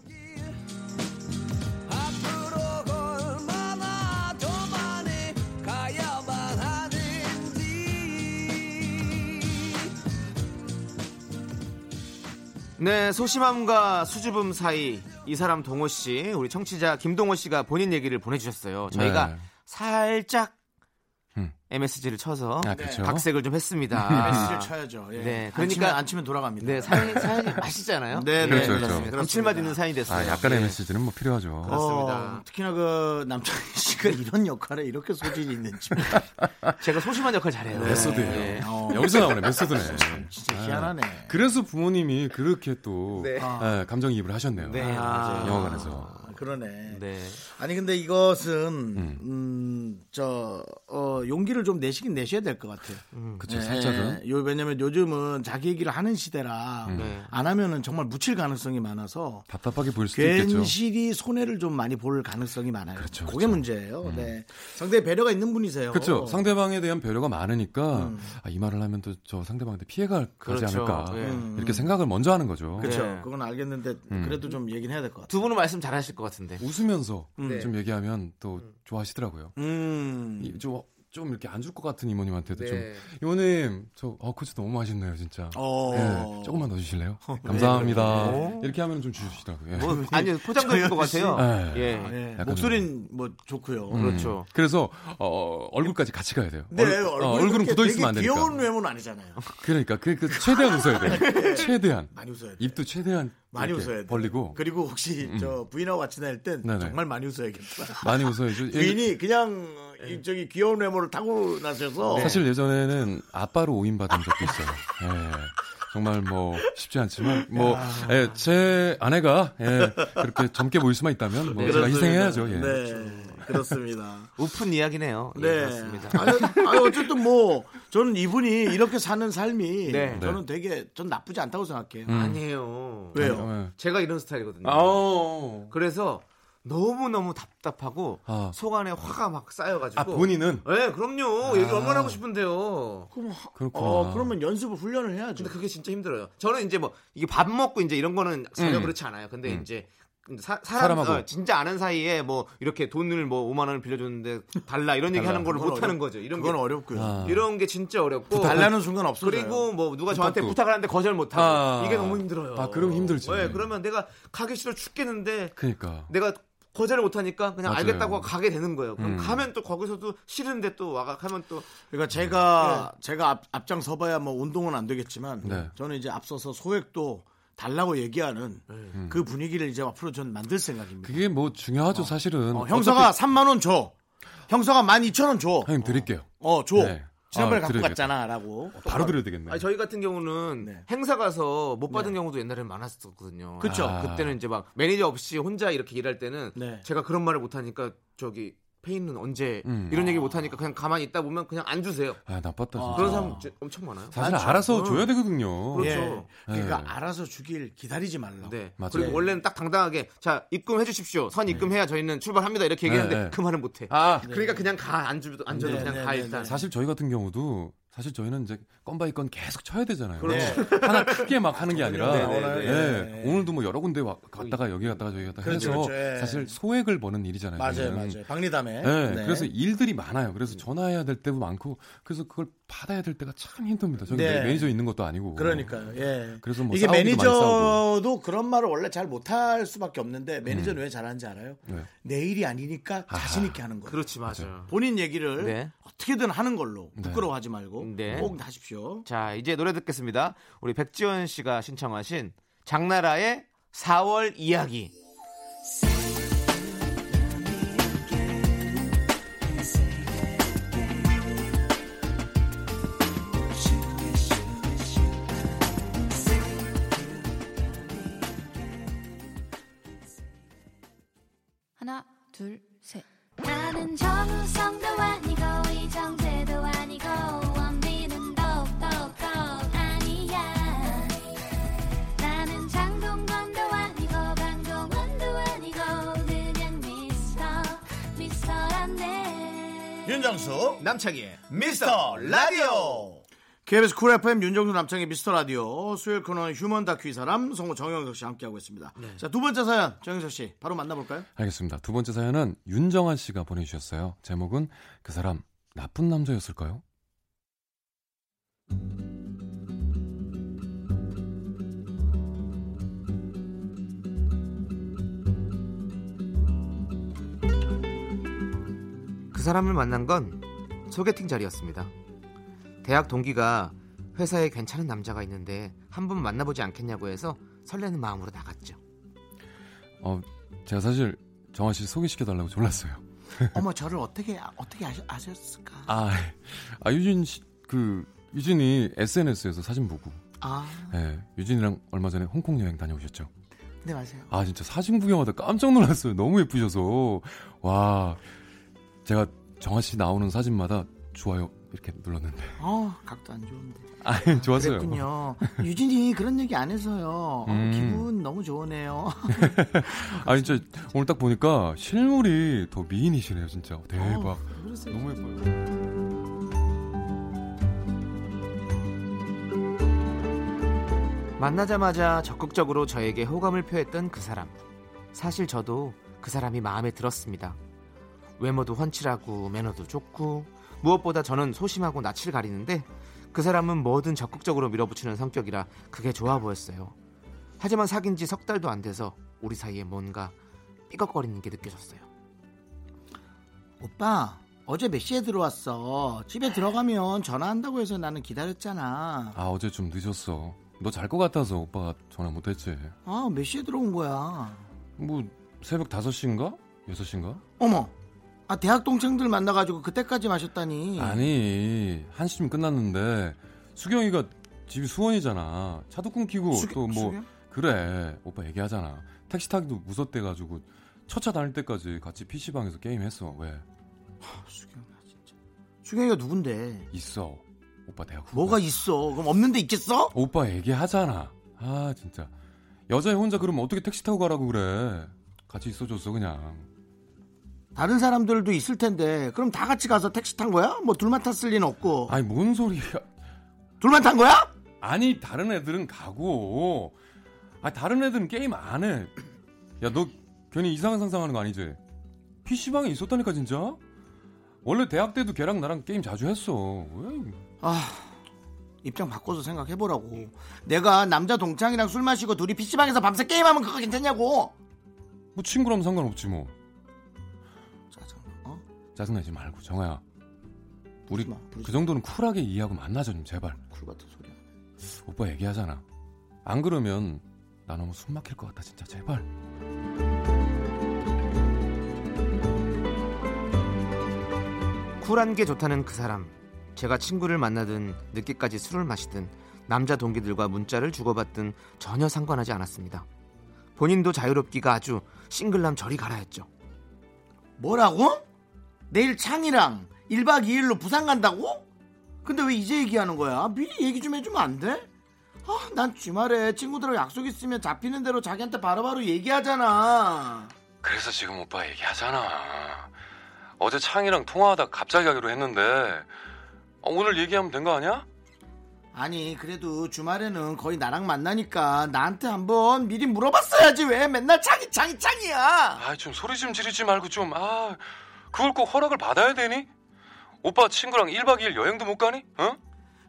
[SPEAKER 2] 네, 소심함과 수줍음 사이 이 사람 동호 씨, 우리 청취자 김동호 씨가 본인 얘기를 보내주셨어요. 저희가
[SPEAKER 7] 네.
[SPEAKER 2] 살짝
[SPEAKER 7] 음.
[SPEAKER 2] MSG를 쳐서
[SPEAKER 7] 아, 그렇죠. 음.
[SPEAKER 2] 각색을 좀 했습니다.
[SPEAKER 1] 메시지를 쳐야죠. 예.
[SPEAKER 2] 네,
[SPEAKER 1] 안 치면,
[SPEAKER 2] 그러니까-
[SPEAKER 1] 안 치면 돌아갑니다.
[SPEAKER 2] 네, 사연이, 사연이 맛있잖아요.
[SPEAKER 1] 네, 네,
[SPEAKER 7] 그렇죠, 그렇죠.
[SPEAKER 1] 그렇습니다.
[SPEAKER 2] 감칠맛 있는 사연이 됐어요.
[SPEAKER 7] 아, 약간의
[SPEAKER 2] 예.
[SPEAKER 7] 메시지는 뭐 필요하죠.
[SPEAKER 1] 어, 특히나 그 남창희 씨가 이런 역할에 이렇게 소질이 있는지
[SPEAKER 2] 네,
[SPEAKER 1] 네.
[SPEAKER 2] 제가 소심한 역할 잘해요. 아.
[SPEAKER 7] 메소드예요.
[SPEAKER 2] 예.
[SPEAKER 1] 어,
[SPEAKER 7] 여기서 나오네 메소드네.
[SPEAKER 1] 진짜 희한하네.
[SPEAKER 7] 그래서 부모님이 그렇게 또
[SPEAKER 2] 네.
[SPEAKER 7] 예, 감정이입을 하셨네요.
[SPEAKER 2] 네, 맞아요.
[SPEAKER 7] 영화관에서.
[SPEAKER 1] 아, 그러네.
[SPEAKER 2] 네. 음.
[SPEAKER 1] 아니 근데 이것은 음, 음저 어, 용기를 좀 내시긴 내셔야 될 것 같아요.
[SPEAKER 7] 그쵸, 살짝은. 음.
[SPEAKER 1] 예, 요 왜냐면 요즘은 자기 얘기를 하는 시대라 안 하면은 정말 묻힐 가능성이 많아서
[SPEAKER 7] 답답하게 보일 수도 있겠죠.
[SPEAKER 1] 괜시리 손해를 좀 많이 볼 가능성이 많아요. 그게 문제예요. 네. 상당히 배려가 있는 분이세요.
[SPEAKER 7] 음. 그렇죠. 상대방에 대한 배려가 많으니까 아, 이 말을 하면 또 저 상대방한테 피해가 가지
[SPEAKER 2] 그렇죠.
[SPEAKER 7] 않을까
[SPEAKER 2] 예.
[SPEAKER 7] 이렇게 생각을 먼저 하는 거죠.
[SPEAKER 1] 그렇죠.
[SPEAKER 2] 네.
[SPEAKER 1] 그건 알겠는데
[SPEAKER 7] 음.
[SPEAKER 1] 그래도 좀 얘기는 해야 될 것 같아요.
[SPEAKER 2] 두 분은 말씀 잘하실 것 같은데.
[SPEAKER 7] 웃으면서 좀 얘기하면 또 좋아하시더라고요.
[SPEAKER 1] 음.
[SPEAKER 7] 이- 좀, 좀 이렇게 안 줄 것 같은 이모님한테도
[SPEAKER 2] 네.
[SPEAKER 7] 좀 이모님 저 어, 그치 너무 맛있네요 진짜
[SPEAKER 1] 어. 네.
[SPEAKER 7] 예, 조금만 더 주실래요? 감사합니다 이렇게 하면 좀 주시더라고요 예.
[SPEAKER 2] 뭐, 아니요, 포장도 있을 것 같아요.
[SPEAKER 7] 예.
[SPEAKER 1] 예.
[SPEAKER 2] 예.
[SPEAKER 7] 약간
[SPEAKER 1] 목소리는 뭐 좋고요.
[SPEAKER 2] 그렇죠.
[SPEAKER 7] 그래서 어, 얼굴까지 같이 가야 돼요
[SPEAKER 1] 네,
[SPEAKER 7] 얼굴,
[SPEAKER 1] 얼굴이
[SPEAKER 7] 어, 얼굴은
[SPEAKER 1] 그렇게
[SPEAKER 7] 굳어있으면 안
[SPEAKER 1] 되게
[SPEAKER 7] 되니까
[SPEAKER 1] 귀여운 외모는 아니잖아요.
[SPEAKER 7] 그러니까 그, 그 최대한 웃어야 돼요 최대한
[SPEAKER 1] 많이 웃어야 돼.
[SPEAKER 7] 입도 최대한
[SPEAKER 1] 많이
[SPEAKER 7] 이렇게
[SPEAKER 1] 웃어야 돼.
[SPEAKER 7] 벌리고 음,
[SPEAKER 1] 그리고 혹시 저 부인하고 같이 다닐 땐
[SPEAKER 7] 네네.
[SPEAKER 1] 정말 많이 웃어야겠다.
[SPEAKER 7] 많이 웃어야죠.
[SPEAKER 1] 부인이 그냥 이- 저기 귀여운 외모를 타고 나셔서
[SPEAKER 7] 사실 예전에는 아빠로 오인받은 적도 있어요. 예. 정말 뭐 쉽지 않지만 뭐 제 아내가 예, 그렇게 젊게 보일 수만 있다면 뭐
[SPEAKER 1] 그렇습니다.
[SPEAKER 7] 제가 희생해야죠. 예.
[SPEAKER 1] 네, 그렇습니다.
[SPEAKER 2] 우픈 이야기네요. 네. 예,
[SPEAKER 1] 네.
[SPEAKER 2] 맞습니다.
[SPEAKER 1] 아니, 아니, 어쨌든 뭐 저는 이분이 이렇게 사는 삶이
[SPEAKER 2] 네. 음.
[SPEAKER 1] 저는 되게 전 나쁘지 않다고 생각해요.
[SPEAKER 2] 아니에요.
[SPEAKER 1] 왜요?
[SPEAKER 7] 예.
[SPEAKER 2] 제가 이런 스타일이거든요.
[SPEAKER 7] 아오.
[SPEAKER 2] 그래서 너무 너무 답답하고
[SPEAKER 7] 아.
[SPEAKER 2] 속 안에 화가 막 쌓여가지고.
[SPEAKER 7] 아 본인은
[SPEAKER 2] 네, 그럼요. 얘기 얼마나 하고 싶은데요.
[SPEAKER 7] 그렇구나.
[SPEAKER 1] 어, 그러면 연습을 훈련을 해야죠.
[SPEAKER 2] 근데 그게 진짜 힘들어요. 저는 이제 뭐 이게 밥 먹고 이제 이런 거는 전혀
[SPEAKER 7] 음.
[SPEAKER 2] 그렇지 않아요. 근데 이제 사, 람 어,
[SPEAKER 7] 사람하고.
[SPEAKER 2] 진짜 아는 사이에 뭐 이렇게 돈을 뭐 5만 원을 빌려줬는데 달라 이런 얘기하는 걸
[SPEAKER 1] 그건
[SPEAKER 2] 못하는
[SPEAKER 1] 어렵-
[SPEAKER 2] 거죠. 이런
[SPEAKER 1] 그건
[SPEAKER 2] 게,
[SPEAKER 1] 어렵고요.
[SPEAKER 7] 아.
[SPEAKER 2] 이런 게 진짜 어렵고
[SPEAKER 1] 달라는 순간 없어져요.
[SPEAKER 2] 그리고 뭐 누가 저한테
[SPEAKER 7] 부탁도.
[SPEAKER 2] 부탁을 하는데 거절 못하고
[SPEAKER 7] 아.
[SPEAKER 2] 이게 너무 힘들어요.
[SPEAKER 7] 아, 그럼 힘들지.
[SPEAKER 2] 네, 그러면 내가 가기 싫어 죽겠는데
[SPEAKER 7] 그러니까.
[SPEAKER 2] 내가 거절을 못하니까 그냥
[SPEAKER 7] 맞아요.
[SPEAKER 2] 알겠다고 가게 되는 거예요. 그럼
[SPEAKER 7] 음.
[SPEAKER 2] 가면 또 거기서도 싫은데 또 와가 가면 또
[SPEAKER 1] 그러니까 제가 제가 앞, 앞장 서봐야 뭐 운동은 안 되겠지만
[SPEAKER 7] 네.
[SPEAKER 1] 저는 이제 앞서서 소액도 달라고 얘기하는 그 분위기를 이제 앞으로 전 만들 생각입니다.
[SPEAKER 7] 그게 뭐 중요하죠 사실은.
[SPEAKER 1] 어, 형사가 3만 원 줘. 형사가 12,000원 줘.
[SPEAKER 7] 어차피- 형님 드릴게요.
[SPEAKER 1] 어, 줘.
[SPEAKER 7] 네.
[SPEAKER 1] 지난번에
[SPEAKER 7] 아,
[SPEAKER 1] 갖고
[SPEAKER 7] 드려야겠다.
[SPEAKER 1] 갔잖아라고.
[SPEAKER 7] 바로 드려야 되겠네.
[SPEAKER 2] 아니,
[SPEAKER 7] 요
[SPEAKER 2] 저희 같은 경우는
[SPEAKER 1] 네.
[SPEAKER 2] 행사 가서 못 받은 경우도 옛날에 많았었거든요.
[SPEAKER 1] 그쵸.
[SPEAKER 2] 아. 그때는 이제 막 매니저 없이 혼자 이렇게 일할 때는
[SPEAKER 1] 네.
[SPEAKER 2] 제가 그런 말을 못 하니까 저기 페인은 언제
[SPEAKER 7] 음.
[SPEAKER 2] 이런 얘기 못 하니까 그냥 가만히 있다 보면 그냥 안 주세요.
[SPEAKER 7] 아 나빴다 진짜.
[SPEAKER 2] 그런 사람 진짜 엄청 많아요. 어.
[SPEAKER 7] 사실
[SPEAKER 1] 많죠.
[SPEAKER 7] 알아서
[SPEAKER 1] 응.
[SPEAKER 7] 줘야 되거든요.
[SPEAKER 2] 그렇죠.
[SPEAKER 1] 예. 그러니까
[SPEAKER 7] 네.
[SPEAKER 1] 알아서 주길 기다리지 말라고.
[SPEAKER 2] 네.
[SPEAKER 7] 맞아요.
[SPEAKER 2] 그리고 원래는 딱 당당하게 자 입금해 주십시오.
[SPEAKER 1] 네.
[SPEAKER 2] 선 입금해야 저희는 출발합니다. 이렇게
[SPEAKER 7] 네,
[SPEAKER 2] 얘기하는데
[SPEAKER 7] 네.
[SPEAKER 2] 그 말은 못해.
[SPEAKER 7] 아
[SPEAKER 2] 그러니까 그냥 가 안 주도 안 줘도
[SPEAKER 1] 네,
[SPEAKER 2] 그냥
[SPEAKER 1] 네,
[SPEAKER 2] 가
[SPEAKER 1] 네,
[SPEAKER 2] 일단.
[SPEAKER 1] 네.
[SPEAKER 7] 사실 저희 같은 경우도 사실 저희는 이제 건 바이 건 계속 쳐야 되잖아요. 네.
[SPEAKER 1] 그렇죠.
[SPEAKER 7] 하나 크게 막 하는 게 아니라
[SPEAKER 1] 네, 네, 네.
[SPEAKER 7] 예, 오늘도 뭐 여러 군데 와- 갔다가 여기 갔다가 저기 갔다가
[SPEAKER 1] 그렇죠,
[SPEAKER 7] 해서
[SPEAKER 1] 그렇죠. 예.
[SPEAKER 7] 사실 소액을 버는 일이잖아요.
[SPEAKER 1] 맞아요,
[SPEAKER 7] 저희는.
[SPEAKER 1] 맞아요. 네. 음. 박리담에.
[SPEAKER 7] 예, 네. 그래서 일들이 많아요. 그래서 전화해야 될 때도 많고 그래서 그걸 받아야 될 때가 참 힘듭니다. 저희
[SPEAKER 1] 네.
[SPEAKER 7] 매니저 있는 것도 아니고
[SPEAKER 1] 그러니까요. 예.
[SPEAKER 7] 그래서 뭐
[SPEAKER 1] 이게
[SPEAKER 7] 싸우기도 많이
[SPEAKER 1] 매니저도 그런 말을 원래 잘 못할 수밖에 없는데
[SPEAKER 7] 음.
[SPEAKER 1] 매니저는 왜 잘하는지 알아요?
[SPEAKER 7] 왜요?
[SPEAKER 1] 내일이 아니니까 자신 있게 하는 거예요.
[SPEAKER 2] 그렇지 맞아요.
[SPEAKER 1] 본인 얘기를
[SPEAKER 2] 그렇죠. 네.
[SPEAKER 1] 어떻게든 하는 걸로 부끄러워하지 말고
[SPEAKER 2] 네.
[SPEAKER 1] 꼭 하십시오.
[SPEAKER 2] 자, 이제 노래 듣겠습니다. 우리 백지원 씨가 신청하신 장나라의 4월 이야기.
[SPEAKER 6] 하나, 둘, 셋.
[SPEAKER 3] 나는 정우성도 아니고 이정재도 아니고 원빈은 더욱더 아니야 나는 장동건도 아니고 강동원도 아니고 그냥 미스터 미스터란데
[SPEAKER 1] 윤정수
[SPEAKER 2] 남창희의
[SPEAKER 1] 미스터 라디오 KBS 쿨 FM 윤정수 남창의 미스터 라디오 수요일 코너 휴먼 다큐 이 사람 성우 정영석 씨 함께하고 있습니다. 자 두 번째 사연 정영석 씨 바로 만나볼까요?
[SPEAKER 7] 알겠습니다. 두 번째 사연은 윤정환 씨가 보내주셨어요. 제목은 그 사람 나쁜 남자였을까요?
[SPEAKER 2] 그 사람을 만난 건 소개팅 자리였습니다. 대학 동기가 회사에 괜찮은 남자가 있는데 한 번 만나보지 않겠냐고 해서 설레는 마음으로 나갔죠.
[SPEAKER 7] 어, 제가 사실 정환 씨 소개시켜달라고 졸랐어요.
[SPEAKER 1] 어머 저를 어떻게 어떻게 아셨, 아셨을까?
[SPEAKER 7] 아, 아 유진 씨 그 유진이 SNS에서 사진 보고
[SPEAKER 1] 아,
[SPEAKER 7] 예, 유진이랑 얼마 전에 홍콩 여행 다녀오셨죠?
[SPEAKER 1] 네 맞아요.
[SPEAKER 7] 아 진짜 사진 구경하다 깜짝 놀랐어요. 너무 예쁘셔서 와 제가 정아 씨 나오는 사진마다 좋아요 이렇게 눌렀는데
[SPEAKER 1] 어 각도 안 좋은데.
[SPEAKER 7] 아 좋았어요.
[SPEAKER 1] 그랬군요. 유진이 그런 얘기 안 해서요. 어,
[SPEAKER 7] 음.
[SPEAKER 1] 기분 너무 좋으네요.
[SPEAKER 7] 아 진짜 오늘 딱 보니까 실물이 더 미인이시네요
[SPEAKER 1] 아,
[SPEAKER 7] 진짜 대박. 너무 예뻐요.
[SPEAKER 2] 만나자마자 적극적으로 저에게 호감을 표했던 그 사람. 사실 저도 그 사람이 마음에 들었습니다. 외모도 훤칠하고 매너도 좋고 무엇보다 저는 소심하고 낯을 가리는데 그 사람은 뭐든 적극적으로 밀어붙이는 성격이라 그게 좋아 보였어요. 하지만 사귄 지 석 달도 안 돼서 우리 사이에 뭔가 삐걱거리는 게 느껴졌어요.
[SPEAKER 1] 오빠 어제 몇 시에 들어왔어? 집에 들어가면 전화한다고 해서 나는 기다렸잖아.
[SPEAKER 7] 아 어제 좀 늦었어. 너 잘 것 같아서 오빠가 전화 못했지.
[SPEAKER 1] 아, 몇 시에 들어온 거야?
[SPEAKER 7] 뭐 새벽 5시인가? 6시인가?
[SPEAKER 1] 어머. 아, 대학 동창들 만나가지고 그때까지 마셨다니.
[SPEAKER 7] 아니 한시쯤 끝났는데 수경이가 집이 수원이잖아 차도 끊기고
[SPEAKER 1] 수경-
[SPEAKER 7] 또 뭐
[SPEAKER 1] 수경?
[SPEAKER 7] 그래 오빠 얘기하잖아 택시 타기도 무섭대가지고 첫 차 다닐 때까지 같이 PC방에서 게임했어 왜
[SPEAKER 1] 수경아, 진짜. 수경이가 누군데?
[SPEAKER 7] 있어 오빠 대학 후배
[SPEAKER 1] 뭐가 있어? 그럼 없는데 있겠어?
[SPEAKER 7] 오빠 얘기하잖아 아 진짜 여자애 혼자 그러면 어떻게 택시 타고 가라고 그래 같이 있어줬어 그냥
[SPEAKER 1] 다른 사람들도 있을 텐데 그럼 다 같이 가서 택시 탄 거야? 뭐 둘만 탔을 리는 없고
[SPEAKER 7] 아니 뭔 소리야
[SPEAKER 1] 둘만 탄 거야?
[SPEAKER 7] 아니 다른 애들은 가고 아 다른 애들은 게임 안 해. 야 너 괜히 이상한 상상하는 거 아니지? PC방에 있었다니까 진짜? 원래 대학 때도 걔랑 나랑 게임 자주 했어. 왜?
[SPEAKER 1] 입장 바꿔서 생각해보라고 내가 남자 동창이랑 술 마시고 둘이 PC방에서 밤새 게임하면 그거 괜찮냐고
[SPEAKER 7] 뭐 친구라면 상관없지 뭐.
[SPEAKER 1] 짜증 어?
[SPEAKER 7] 짜증내지 말고 정아야. 우리
[SPEAKER 1] 부르지 마, 부르지
[SPEAKER 7] 그 정도는 쿨하게 이해하고 만나자 좀 제발.
[SPEAKER 1] 쿨 같은 소리야
[SPEAKER 7] 오빠 얘기하잖아. 안 그러면 나 너무 숨 막힐 것 같다 진짜 제발.
[SPEAKER 2] 쿨한 게 좋다는 그 사람. 제가 친구를 만나든 늦게까지 술을 마시든 남자 동기들과 문자를 주고받든 전혀 상관하지 않았습니다. 본인도 자유롭기가 아주 싱글남 저리 가라 했죠.
[SPEAKER 1] 뭐라고? 내일 창이랑 1박 2일로 부산 간다고? 근데 왜 이제 얘기하는 거야? 미리 얘기 좀 해주면 안 돼? 아, 난 주말에 친구들하고 약속 있으면 잡히는 대로 자기한테 바로바로 얘기하잖아
[SPEAKER 7] 그래서 지금 오빠 얘기하잖아. 어제 창이랑 통화하다 갑자기 하기로 했는데 어, 오늘 얘기하면 된 거 아니야?
[SPEAKER 1] 아니 그래도 주말에는 거의 나랑 만나니까 나한테 한번 미리 물어봤어야지 왜 맨날 창이 창이 창이야
[SPEAKER 7] 아이 좀 소리 좀 지르지 말고 좀 아 그걸 꼭 허락을 받아야 되니? 오빠 친구랑 1박 2일 여행도 못 가니? 어?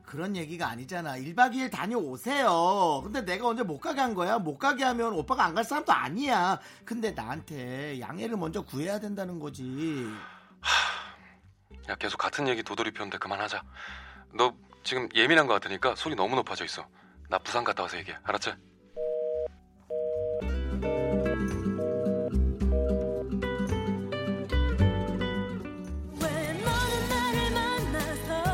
[SPEAKER 1] 그런 얘기가 아니잖아 1박 2일 다녀오세요 근데 내가 언제 못 가게 한 거야 못 가게 하면 오빠가 안 갈 사람도 아니야 근데 나한테 양해를 먼저 구해야 된다는 거지
[SPEAKER 7] 야 계속 같은 얘기 도돌이 피운데 그만하자 너 지금 예민한 거 같으니까 소리 너무 높아져 있어 나 부산 갔다 와서 얘기해 알았지?
[SPEAKER 3] 왜 너는 나를 만나서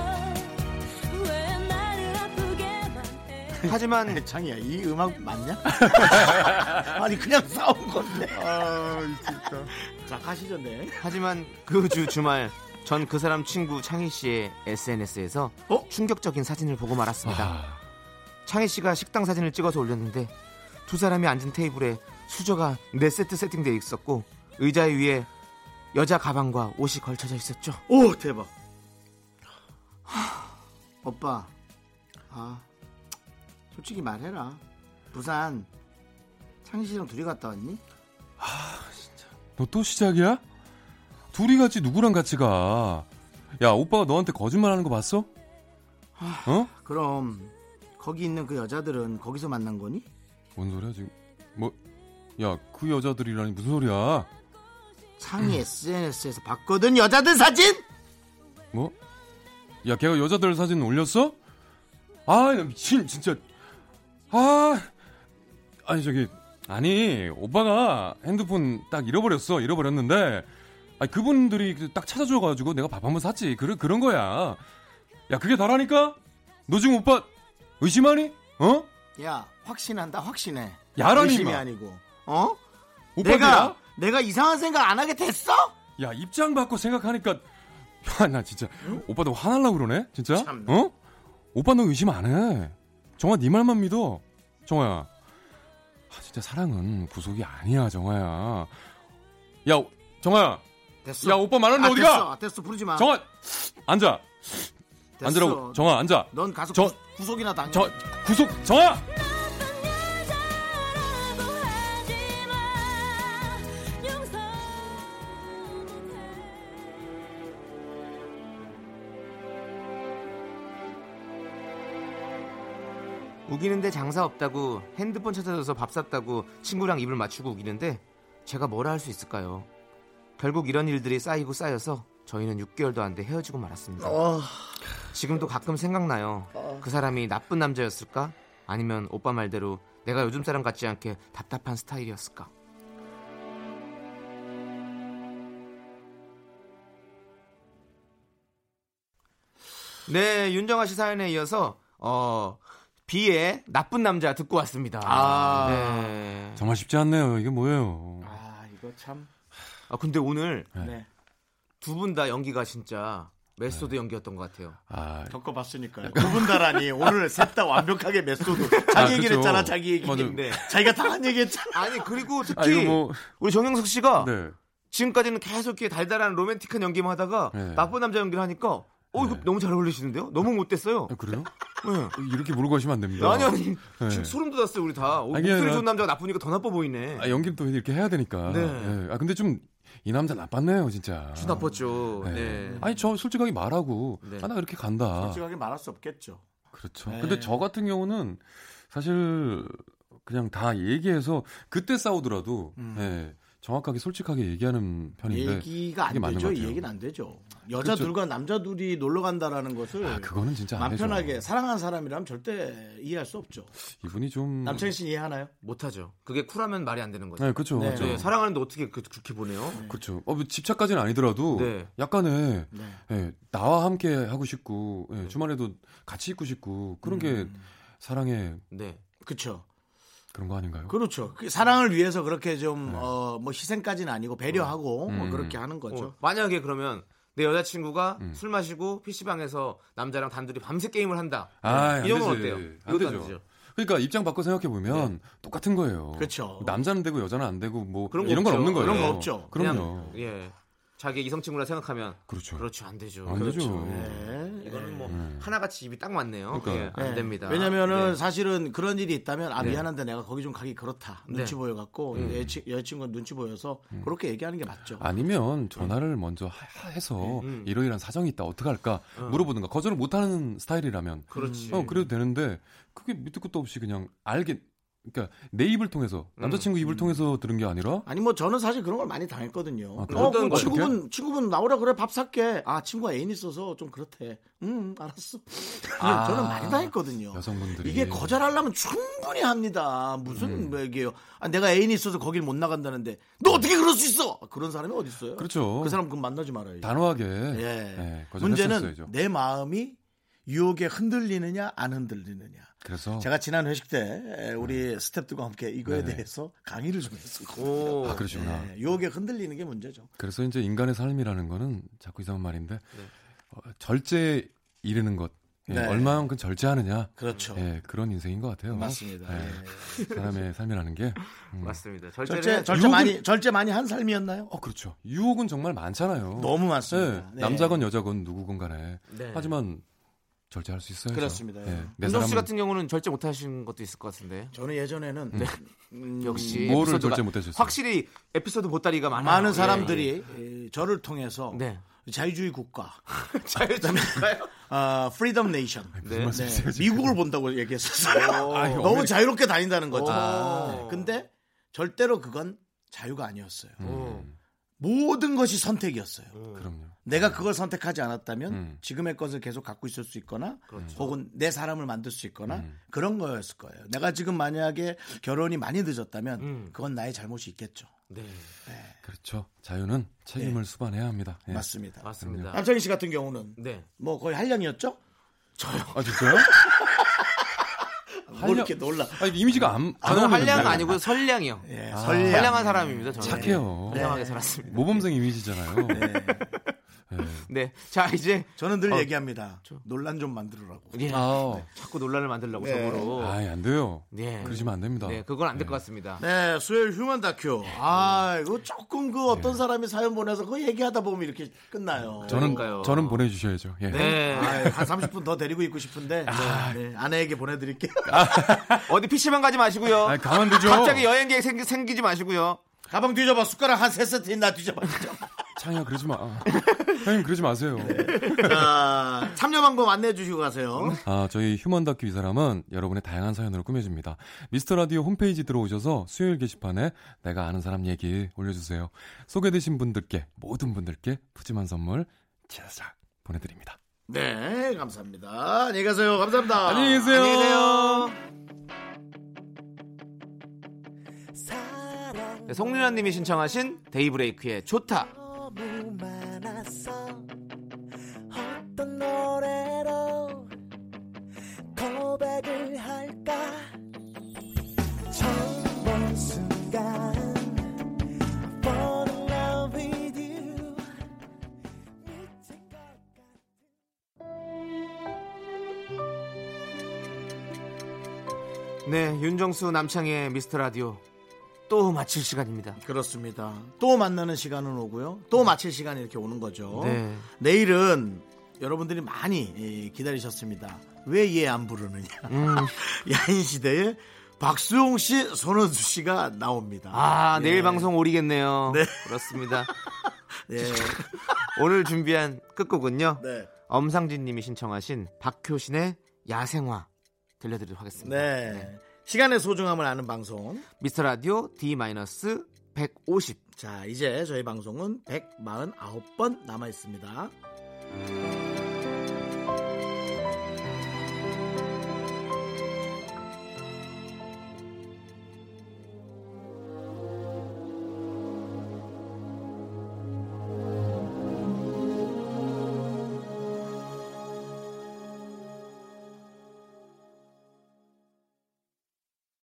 [SPEAKER 3] 왜 나를 아프게만 해
[SPEAKER 2] 하지만
[SPEAKER 1] 창이야 이 음악 맞냐? 아니 그냥 싸운 건데 아 진짜 자 가시전네
[SPEAKER 2] 하지만 그 주 주말 전 그 사람 친구 창희 씨의 SNS에서
[SPEAKER 1] 어?
[SPEAKER 2] 충격적인 사진을 보고 말았습니다. 창희 씨가 식당 사진을 찍어서 올렸는데 두 사람이 앉은 테이블에 수저가 네 세트 세팅되어 있었고 의자 위에 여자 가방과 옷이 걸쳐져 있었죠.
[SPEAKER 1] 오 대박 하, 오빠 아 솔직히 말해라 부산 창시랑 둘이 갔다 왔니?
[SPEAKER 7] 너 또 시작이야? 둘이 같이 누구랑 같이 가? 야 오빠가 너한테 거짓말하는 거 봤어? 어?
[SPEAKER 1] 그럼 거기 있는 그 여자들은 거기서 만난 거니?
[SPEAKER 7] 뭔 소리야 지금 뭐 야 그 여자들이라니 무슨 소리야
[SPEAKER 1] 창이
[SPEAKER 7] 음.
[SPEAKER 1] SNS에서 봤거든 여자들 사진?
[SPEAKER 7] 뭐? 야, 걔가 여자들 사진 올렸어? 아, 나 미친, 진짜. 아, 아니, 저기, 아니, 오빠가 핸드폰 딱 잃어버렸어. 잃어버렸는데, 아니, 그분들이 그딱 찾아줘가지고 내가 밥 한 번 샀지. 그, 그런 거야. 야, 그게 다라니까? 너 지금 오빠 의심하니? 어?
[SPEAKER 1] 야 확신한다 확신해
[SPEAKER 7] 야라니,
[SPEAKER 1] 의심이
[SPEAKER 7] 임마. 뭐
[SPEAKER 1] 아니고 어?
[SPEAKER 7] 오빠
[SPEAKER 1] 내가 내가 이상한 생각 안 하게 됐어?
[SPEAKER 7] 야, 입장 바꿔 생각하니까. 야, 나 진짜. 오빠 너 화날라 그러네? 진짜?
[SPEAKER 1] 참나.
[SPEAKER 7] 어? 오빠 너 의심 안 해. 정아, 네 말만 믿어. 정아야. 아, 진짜 사랑은 구속이 아니야, 정아야. 야, 정아야.
[SPEAKER 1] 됐어
[SPEAKER 7] 야, 오빠 말하는데
[SPEAKER 1] 아, 됐어
[SPEAKER 7] 어디가?
[SPEAKER 1] 됐어 부르지 마
[SPEAKER 7] 정아! 앉아.
[SPEAKER 1] 됐어.
[SPEAKER 7] 앉으라고. 정아, 앉아.
[SPEAKER 1] 넌 가서
[SPEAKER 7] 저-
[SPEAKER 1] 구- 구속이나 당해
[SPEAKER 7] 저, 구속, 정아!
[SPEAKER 3] 나쁜 여자라고 하지마 용서 못해
[SPEAKER 2] 우기는데 장사 없다고 핸드폰 찾아줘서 밥 샀다고 친구랑 입을 맞추고 우기는데 제가 뭐라 할 수 있을까요? 결국 이런 일들이 쌓이고 쌓여서 저희는 6개월도 안 돼 헤어지고 말았습니다.
[SPEAKER 1] 어.
[SPEAKER 2] 지금도 가끔 생각나요. 그 사람이 나쁜 남자였을까? 아니면 오빠 말대로 내가 요즘 사람 같지 않게 답답한 스타일이었을까? 네, 윤정아 씨 사연에 이어서 어 비의 나쁜 남자 듣고 왔습니다.
[SPEAKER 1] 아.
[SPEAKER 2] 네.
[SPEAKER 7] 정말 쉽지 않네요. 이게 뭐예요?
[SPEAKER 1] 아 이거 참.
[SPEAKER 2] 아 근데 오늘
[SPEAKER 1] 네.
[SPEAKER 2] 두 분 다 연기가 진짜
[SPEAKER 7] 네.
[SPEAKER 2] 메소드 연기였던 것 같아요.
[SPEAKER 7] 아,
[SPEAKER 1] 겪어봤으니까 두분 다라니 오늘 셋 다 완벽하게 메소드 자기
[SPEAKER 7] 아,
[SPEAKER 1] 얘기를
[SPEAKER 7] 그쵸.
[SPEAKER 1] 했잖아 자기 얘기
[SPEAKER 7] 맞아요.
[SPEAKER 2] 네.
[SPEAKER 1] 자기가 다 한 얘기했잖아
[SPEAKER 2] 아니 그리고
[SPEAKER 7] 아,
[SPEAKER 2] 특히
[SPEAKER 7] 이거 뭐,
[SPEAKER 2] 우리 정영석 씨가
[SPEAKER 7] 네.
[SPEAKER 2] 지금까지는 계속 이렇게 달달한 로맨틱한 연기만 하다가
[SPEAKER 7] 네.
[SPEAKER 2] 나쁜 남자 연기를 하니까 어 이거
[SPEAKER 7] 네.
[SPEAKER 2] 너무 잘 어울리시는데요? 너무 못됐어요.
[SPEAKER 7] 아, 그래요?
[SPEAKER 2] 네.
[SPEAKER 7] 이렇게 모르고 하시면 안 됩니다.
[SPEAKER 2] 아니 아니
[SPEAKER 7] 네.
[SPEAKER 2] 지금 소름 돋았어요 우리 다. 어,
[SPEAKER 7] 아니,
[SPEAKER 2] 목소리
[SPEAKER 7] 아니,
[SPEAKER 2] 좋은 남자가 나쁘니까 더 나빠 보이네.
[SPEAKER 7] 아, 연기를 또 이렇게 해야 되니까.
[SPEAKER 2] 네.
[SPEAKER 7] 예. 아, 근데 좀 이 남자 나빴네요, 진짜.
[SPEAKER 2] 주 나빴죠. 네.
[SPEAKER 7] 아니, 저 솔직하게 말하고,
[SPEAKER 2] 네.
[SPEAKER 7] 아, 나 이렇게 간다.
[SPEAKER 1] 솔직하게 말할 수 없겠죠
[SPEAKER 7] 그렇죠.
[SPEAKER 1] 네.
[SPEAKER 7] 근데 저 같은 경우는 사실 그냥 다 얘기해서 그때 싸우더라도 예, 정확하게 솔직하게 얘기하는 편인데
[SPEAKER 1] 음. 얘기가
[SPEAKER 7] 그게
[SPEAKER 1] 안
[SPEAKER 7] 맞는
[SPEAKER 1] 되죠
[SPEAKER 7] 것
[SPEAKER 1] 이
[SPEAKER 7] 같아요.
[SPEAKER 1] 얘기는 안 되죠 여자
[SPEAKER 7] 그렇죠.
[SPEAKER 1] 둘과 남자 둘이 놀러 간다라는 것을
[SPEAKER 7] 아, 그거는 진짜 안
[SPEAKER 1] 맘
[SPEAKER 7] 되죠.
[SPEAKER 1] 편하게 사랑하는 사람이라면 절대 이해할 수 없죠
[SPEAKER 7] 이분이 좀
[SPEAKER 1] 남창희 씨는 이해하나요?
[SPEAKER 2] 못하죠. 그게 쿨하면 말이 안 되는 거죠.
[SPEAKER 7] 네, 그렇죠.
[SPEAKER 1] 네.
[SPEAKER 7] 맞죠.
[SPEAKER 2] 네, 사랑하는데 어떻게 그, 그렇게 보내요?
[SPEAKER 7] 그렇죠. 어, 뭐 집착까지는 아니더라도
[SPEAKER 2] 네.
[SPEAKER 7] 약간의
[SPEAKER 1] 네.
[SPEAKER 7] 예, 나와 함께 하고 싶고 예, 주말에도 같이 있고 싶고 그런 게 사랑의
[SPEAKER 2] 네.
[SPEAKER 1] 그렇죠
[SPEAKER 7] 그런 거 아닌가요?
[SPEAKER 1] 그렇죠 그 사랑을 위해서 그렇게 좀
[SPEAKER 2] 네.
[SPEAKER 1] 어 뭐 희생까지는 아니고 배려하고 뭐
[SPEAKER 7] 음.
[SPEAKER 1] 그렇게 하는 거죠
[SPEAKER 2] 어, 만약에 그러면 내 여자친구가
[SPEAKER 7] 음.
[SPEAKER 2] 술 마시고 PC방에서 남자랑 단둘이 밤새 게임을 한다.
[SPEAKER 7] 아,
[SPEAKER 2] 이
[SPEAKER 7] 안
[SPEAKER 2] 정도는
[SPEAKER 7] 되지.
[SPEAKER 2] 어때요?
[SPEAKER 7] 안
[SPEAKER 2] 이것도 안
[SPEAKER 7] 되죠.
[SPEAKER 2] 되죠.
[SPEAKER 7] 그러니까 입장 바꿔 생각해 보면 똑같은 거예요.
[SPEAKER 1] 그렇죠.
[SPEAKER 7] 남자는 되고 여자는 안 되고 뭐
[SPEAKER 2] 그런 거
[SPEAKER 7] 이런 건
[SPEAKER 2] 없죠.
[SPEAKER 7] 없는 거예요.
[SPEAKER 1] 그런 거 없죠.
[SPEAKER 7] 그럼요.
[SPEAKER 2] 그냥, 예. 자기 이성 친구라 생각하면
[SPEAKER 7] 그렇죠.
[SPEAKER 2] 그렇죠 안 되죠.
[SPEAKER 7] 안 되죠.
[SPEAKER 1] 네.
[SPEAKER 2] 어. 이거는 뭐 하나같이 입이 딱 맞네요.
[SPEAKER 7] 그러니까요.
[SPEAKER 2] 예, 안
[SPEAKER 1] 네.
[SPEAKER 2] 됩니다.
[SPEAKER 1] 왜냐면은
[SPEAKER 2] 네.
[SPEAKER 1] 사실은 그런 일이 있다면 아 미안한데 내가 거기 좀 가기 그렇다 눈치
[SPEAKER 2] 네. 음.
[SPEAKER 1] 보여갖고 여자친- 여자친구가 눈치 보여서 그렇게 얘기하는 게 맞죠.
[SPEAKER 7] 아니면 전화를 먼저 하- 해서 이러이러한 사정이 있다 어떻게 할까 물어보는가 거절을 못하는 스타일이라면
[SPEAKER 2] 그렇지.
[SPEAKER 7] 어 그래도 되는데 그게 밑도 끝도 없이 그냥 알게 그러니까 내 입을 통해서
[SPEAKER 1] 음.
[SPEAKER 7] 남자친구 입을 통해서 들은 게 아니라
[SPEAKER 1] 아니 뭐 저는 사실 그런 걸 많이 당했거든요.
[SPEAKER 7] 아, 그래요?
[SPEAKER 1] 어,
[SPEAKER 2] 어떤
[SPEAKER 1] 그
[SPEAKER 2] 거
[SPEAKER 1] 친구분 친구분 나오라 그래 밥 살게. 아 친구가 애인 있어서 좀 그렇대. 음 알았어.
[SPEAKER 2] 아.
[SPEAKER 1] 저는 많이 당했거든요.
[SPEAKER 7] 여성분들이 음.
[SPEAKER 1] 이게 거절하려면 충분히 합니다. 무슨 뭐 얘기예요? 아, 내가 애인이 있어서 거길 못 나간다는데 너 어떻게 그럴 수 있어? 아, 그런 사람이 어디 있어요?
[SPEAKER 7] 그렇죠.
[SPEAKER 1] 그 사람 그럼 만나지 말아요.
[SPEAKER 7] 단호하게
[SPEAKER 1] 예.
[SPEAKER 7] 예,
[SPEAKER 1] 문제는
[SPEAKER 7] 거절했었어야죠.
[SPEAKER 1] 내 마음이 유혹에 흔들리느냐 안 흔들리느냐.
[SPEAKER 7] 그래서
[SPEAKER 1] 제가 지난 회식 때 에,
[SPEAKER 7] 네.
[SPEAKER 1] 우리 스태프들과 함께 이거에 대해서 강의를 좀 했었고
[SPEAKER 2] 오.
[SPEAKER 7] 아 그러시구나.
[SPEAKER 1] 예, 유혹에 흔들리는 게 문제죠.
[SPEAKER 7] 그래서 이제 인간의 삶이라는 거는 자꾸 이상한 말인데 어, 절제에 이르는 것 예,
[SPEAKER 1] 네.
[SPEAKER 7] 얼마만큼 절제하느냐
[SPEAKER 1] 그렇죠.
[SPEAKER 7] 예, 그런 인생인 것 같아요.
[SPEAKER 1] 맞습니다.
[SPEAKER 7] 예,
[SPEAKER 1] 예.
[SPEAKER 7] 사람의 삶이라는 게
[SPEAKER 2] 맞습니다.
[SPEAKER 1] 절제
[SPEAKER 2] 절제는
[SPEAKER 1] 절제
[SPEAKER 7] 유혹은-
[SPEAKER 1] 많이 절제 많이 한 삶이었나요?
[SPEAKER 7] 어, 그렇죠. 유혹은 정말 많잖아요.
[SPEAKER 1] 너무 많습니다.
[SPEAKER 7] 예,
[SPEAKER 1] 네.
[SPEAKER 7] 남자건 여자건 누구건 간에
[SPEAKER 2] 네.
[SPEAKER 7] 하지만 절제할 수 있어요.
[SPEAKER 1] 그렇습니다. 예.
[SPEAKER 7] 내
[SPEAKER 2] 윤정 씨
[SPEAKER 7] 네, 사람은
[SPEAKER 2] 같은 경우는 절제 못 하신 것도 있을 것 같은데.
[SPEAKER 1] 저는 예전에는 음,
[SPEAKER 2] 역시
[SPEAKER 7] 뭐를
[SPEAKER 2] 에피소드가-
[SPEAKER 7] 절제 못 하셨어요?
[SPEAKER 2] 확실히 에피소드 보따리가 많아요.
[SPEAKER 1] 많은
[SPEAKER 2] 예, 예.
[SPEAKER 1] 사람들이 에, 저를 통해서
[SPEAKER 2] 네.
[SPEAKER 1] 자유주의 국가,
[SPEAKER 2] 자유주의가요?
[SPEAKER 1] 아, 프리덤 네이션,
[SPEAKER 7] 무슨 말씀이세요? 지금?
[SPEAKER 1] 미국을 본다고 얘기했었어요.
[SPEAKER 7] 아니,
[SPEAKER 1] 너무 자유롭게 다닌다는 거죠.
[SPEAKER 2] 오.
[SPEAKER 1] 네. 근데 절대로 그건 자유가 아니었어요.
[SPEAKER 2] 음.
[SPEAKER 1] 모든 것이 선택이었어요.
[SPEAKER 7] 그럼요.
[SPEAKER 1] 내가 그걸 선택하지 않았다면
[SPEAKER 7] 음.
[SPEAKER 1] 지금의 것을 계속 갖고 있을 수 있거나 혹은 내 사람을 만들 수 있거나 그런 거였을 거예요. 내가 지금 만약에 결혼이 많이 늦었다면 그건 나의 잘못이 있겠죠.
[SPEAKER 2] 네.
[SPEAKER 7] 그렇죠. 자유는 책임을 수반해야 합니다.
[SPEAKER 1] 네.
[SPEAKER 7] 예.
[SPEAKER 1] 맞습니다.
[SPEAKER 2] 맞습니다.
[SPEAKER 1] 남창희 씨 같은 경우는
[SPEAKER 2] 네.
[SPEAKER 1] 뭐 거의 한량이었죠?
[SPEAKER 7] 아 진짜요?
[SPEAKER 1] 뭘뭐 이렇게 놀라.
[SPEAKER 7] 아니, 이미지가 안, 안
[SPEAKER 2] 저는
[SPEAKER 7] 어울리는데.
[SPEAKER 2] 한량 아니고 선량이요.
[SPEAKER 1] 예,
[SPEAKER 2] 선량.
[SPEAKER 1] 선량.
[SPEAKER 2] 한 사람입니다. 저는.
[SPEAKER 7] 착해요. 네.
[SPEAKER 2] 선량하게 살았습니다.
[SPEAKER 7] 모범생 이미지잖아요.
[SPEAKER 2] 네. 자 이제
[SPEAKER 1] 네. 저는 늘 얘기합니다. 논란 좀 만들으라고.
[SPEAKER 2] 예.
[SPEAKER 7] 아, 네.
[SPEAKER 2] 자꾸 논란을 만들려고 저거로.
[SPEAKER 7] 아이, 안 돼요.
[SPEAKER 2] 네.
[SPEAKER 7] 그러시면 안 됩니다.
[SPEAKER 2] 네, 그건 안 될 것 같습니다.
[SPEAKER 1] 네, 수요일 휴먼 다큐. 아, 이거 조금 그 어떤 사람이 사연 보내서 그거 얘기하다 보면 이렇게 끝나요.
[SPEAKER 7] 저는
[SPEAKER 2] 그러니까요.
[SPEAKER 7] 저는 보내주셔야죠. 예.
[SPEAKER 2] 네.
[SPEAKER 1] 아유, 한 30분 더 데리고 있고 싶은데 네, 아내에게 보내드릴게요.
[SPEAKER 2] 어디 PC방 가지 마시고요.
[SPEAKER 7] 아니, 가만 두죠.
[SPEAKER 2] 갑자기 여행 계획 생기, 생기지 마시고요.
[SPEAKER 1] 가방 뒤져봐 숟가락 한 세 세트 있나 뒤져봐. 뒤져봐.
[SPEAKER 7] 창이야 그러지 마. 아, 형님 그러지 마세요.
[SPEAKER 2] 네.
[SPEAKER 1] 자, 참여 방법 안내해 주시고 가세요.
[SPEAKER 7] 아, 저희 휴먼 다큐 이 사람은 여러분의 다양한 사연으로 꾸며집니다. 미스터 라디오 홈페이지 들어오셔서 수요일 게시판에 내가 아는 사람 얘기 올려주세요. 소개되신 분들께 모든 분들께 푸짐한 선물 쫙쫙 보내드립니다.
[SPEAKER 1] 네, 감사합니다. 안녕히 가세요. 감사합니다.
[SPEAKER 7] 안녕히 계세요.
[SPEAKER 1] 안녕히 계세요.
[SPEAKER 2] 성윤아님이 네, 신청하신 데이브레이크의 좋다.
[SPEAKER 8] 너무 많았어 어떤 노래로 고백을 할까 처음 본 순간 Falling in love with you 미칠 것 같아
[SPEAKER 2] 네, 윤정수 남창의 미스터 라디오 또 마칠 시간입니다.
[SPEAKER 1] 그렇습니다. 또 만나는 시간은 오고요. 또 마칠 시간이 이렇게 오는 거죠.
[SPEAKER 2] 네.
[SPEAKER 1] 내일은 여러분들이 많이 예, 기다리셨습니다. 왜 얘 안 부르느냐. 야인시대의 박수용 씨, 손은수 씨가 나옵니다.
[SPEAKER 2] 아,
[SPEAKER 1] 예.
[SPEAKER 2] 내일 방송 오리겠네요.
[SPEAKER 1] 네.
[SPEAKER 2] 그렇습니다.
[SPEAKER 1] 예.
[SPEAKER 2] 오늘 준비한 끝곡은요.
[SPEAKER 1] 네.
[SPEAKER 2] 엄상진 님이 신청하신 박효신의 야생화 들려드리도록 하겠습니다.
[SPEAKER 1] 네. 시간의 소중함을 아는 방송.
[SPEAKER 2] 미스터 라디오 D-150.
[SPEAKER 1] 자, 이제 저희 방송은 149번 남아 있습니다.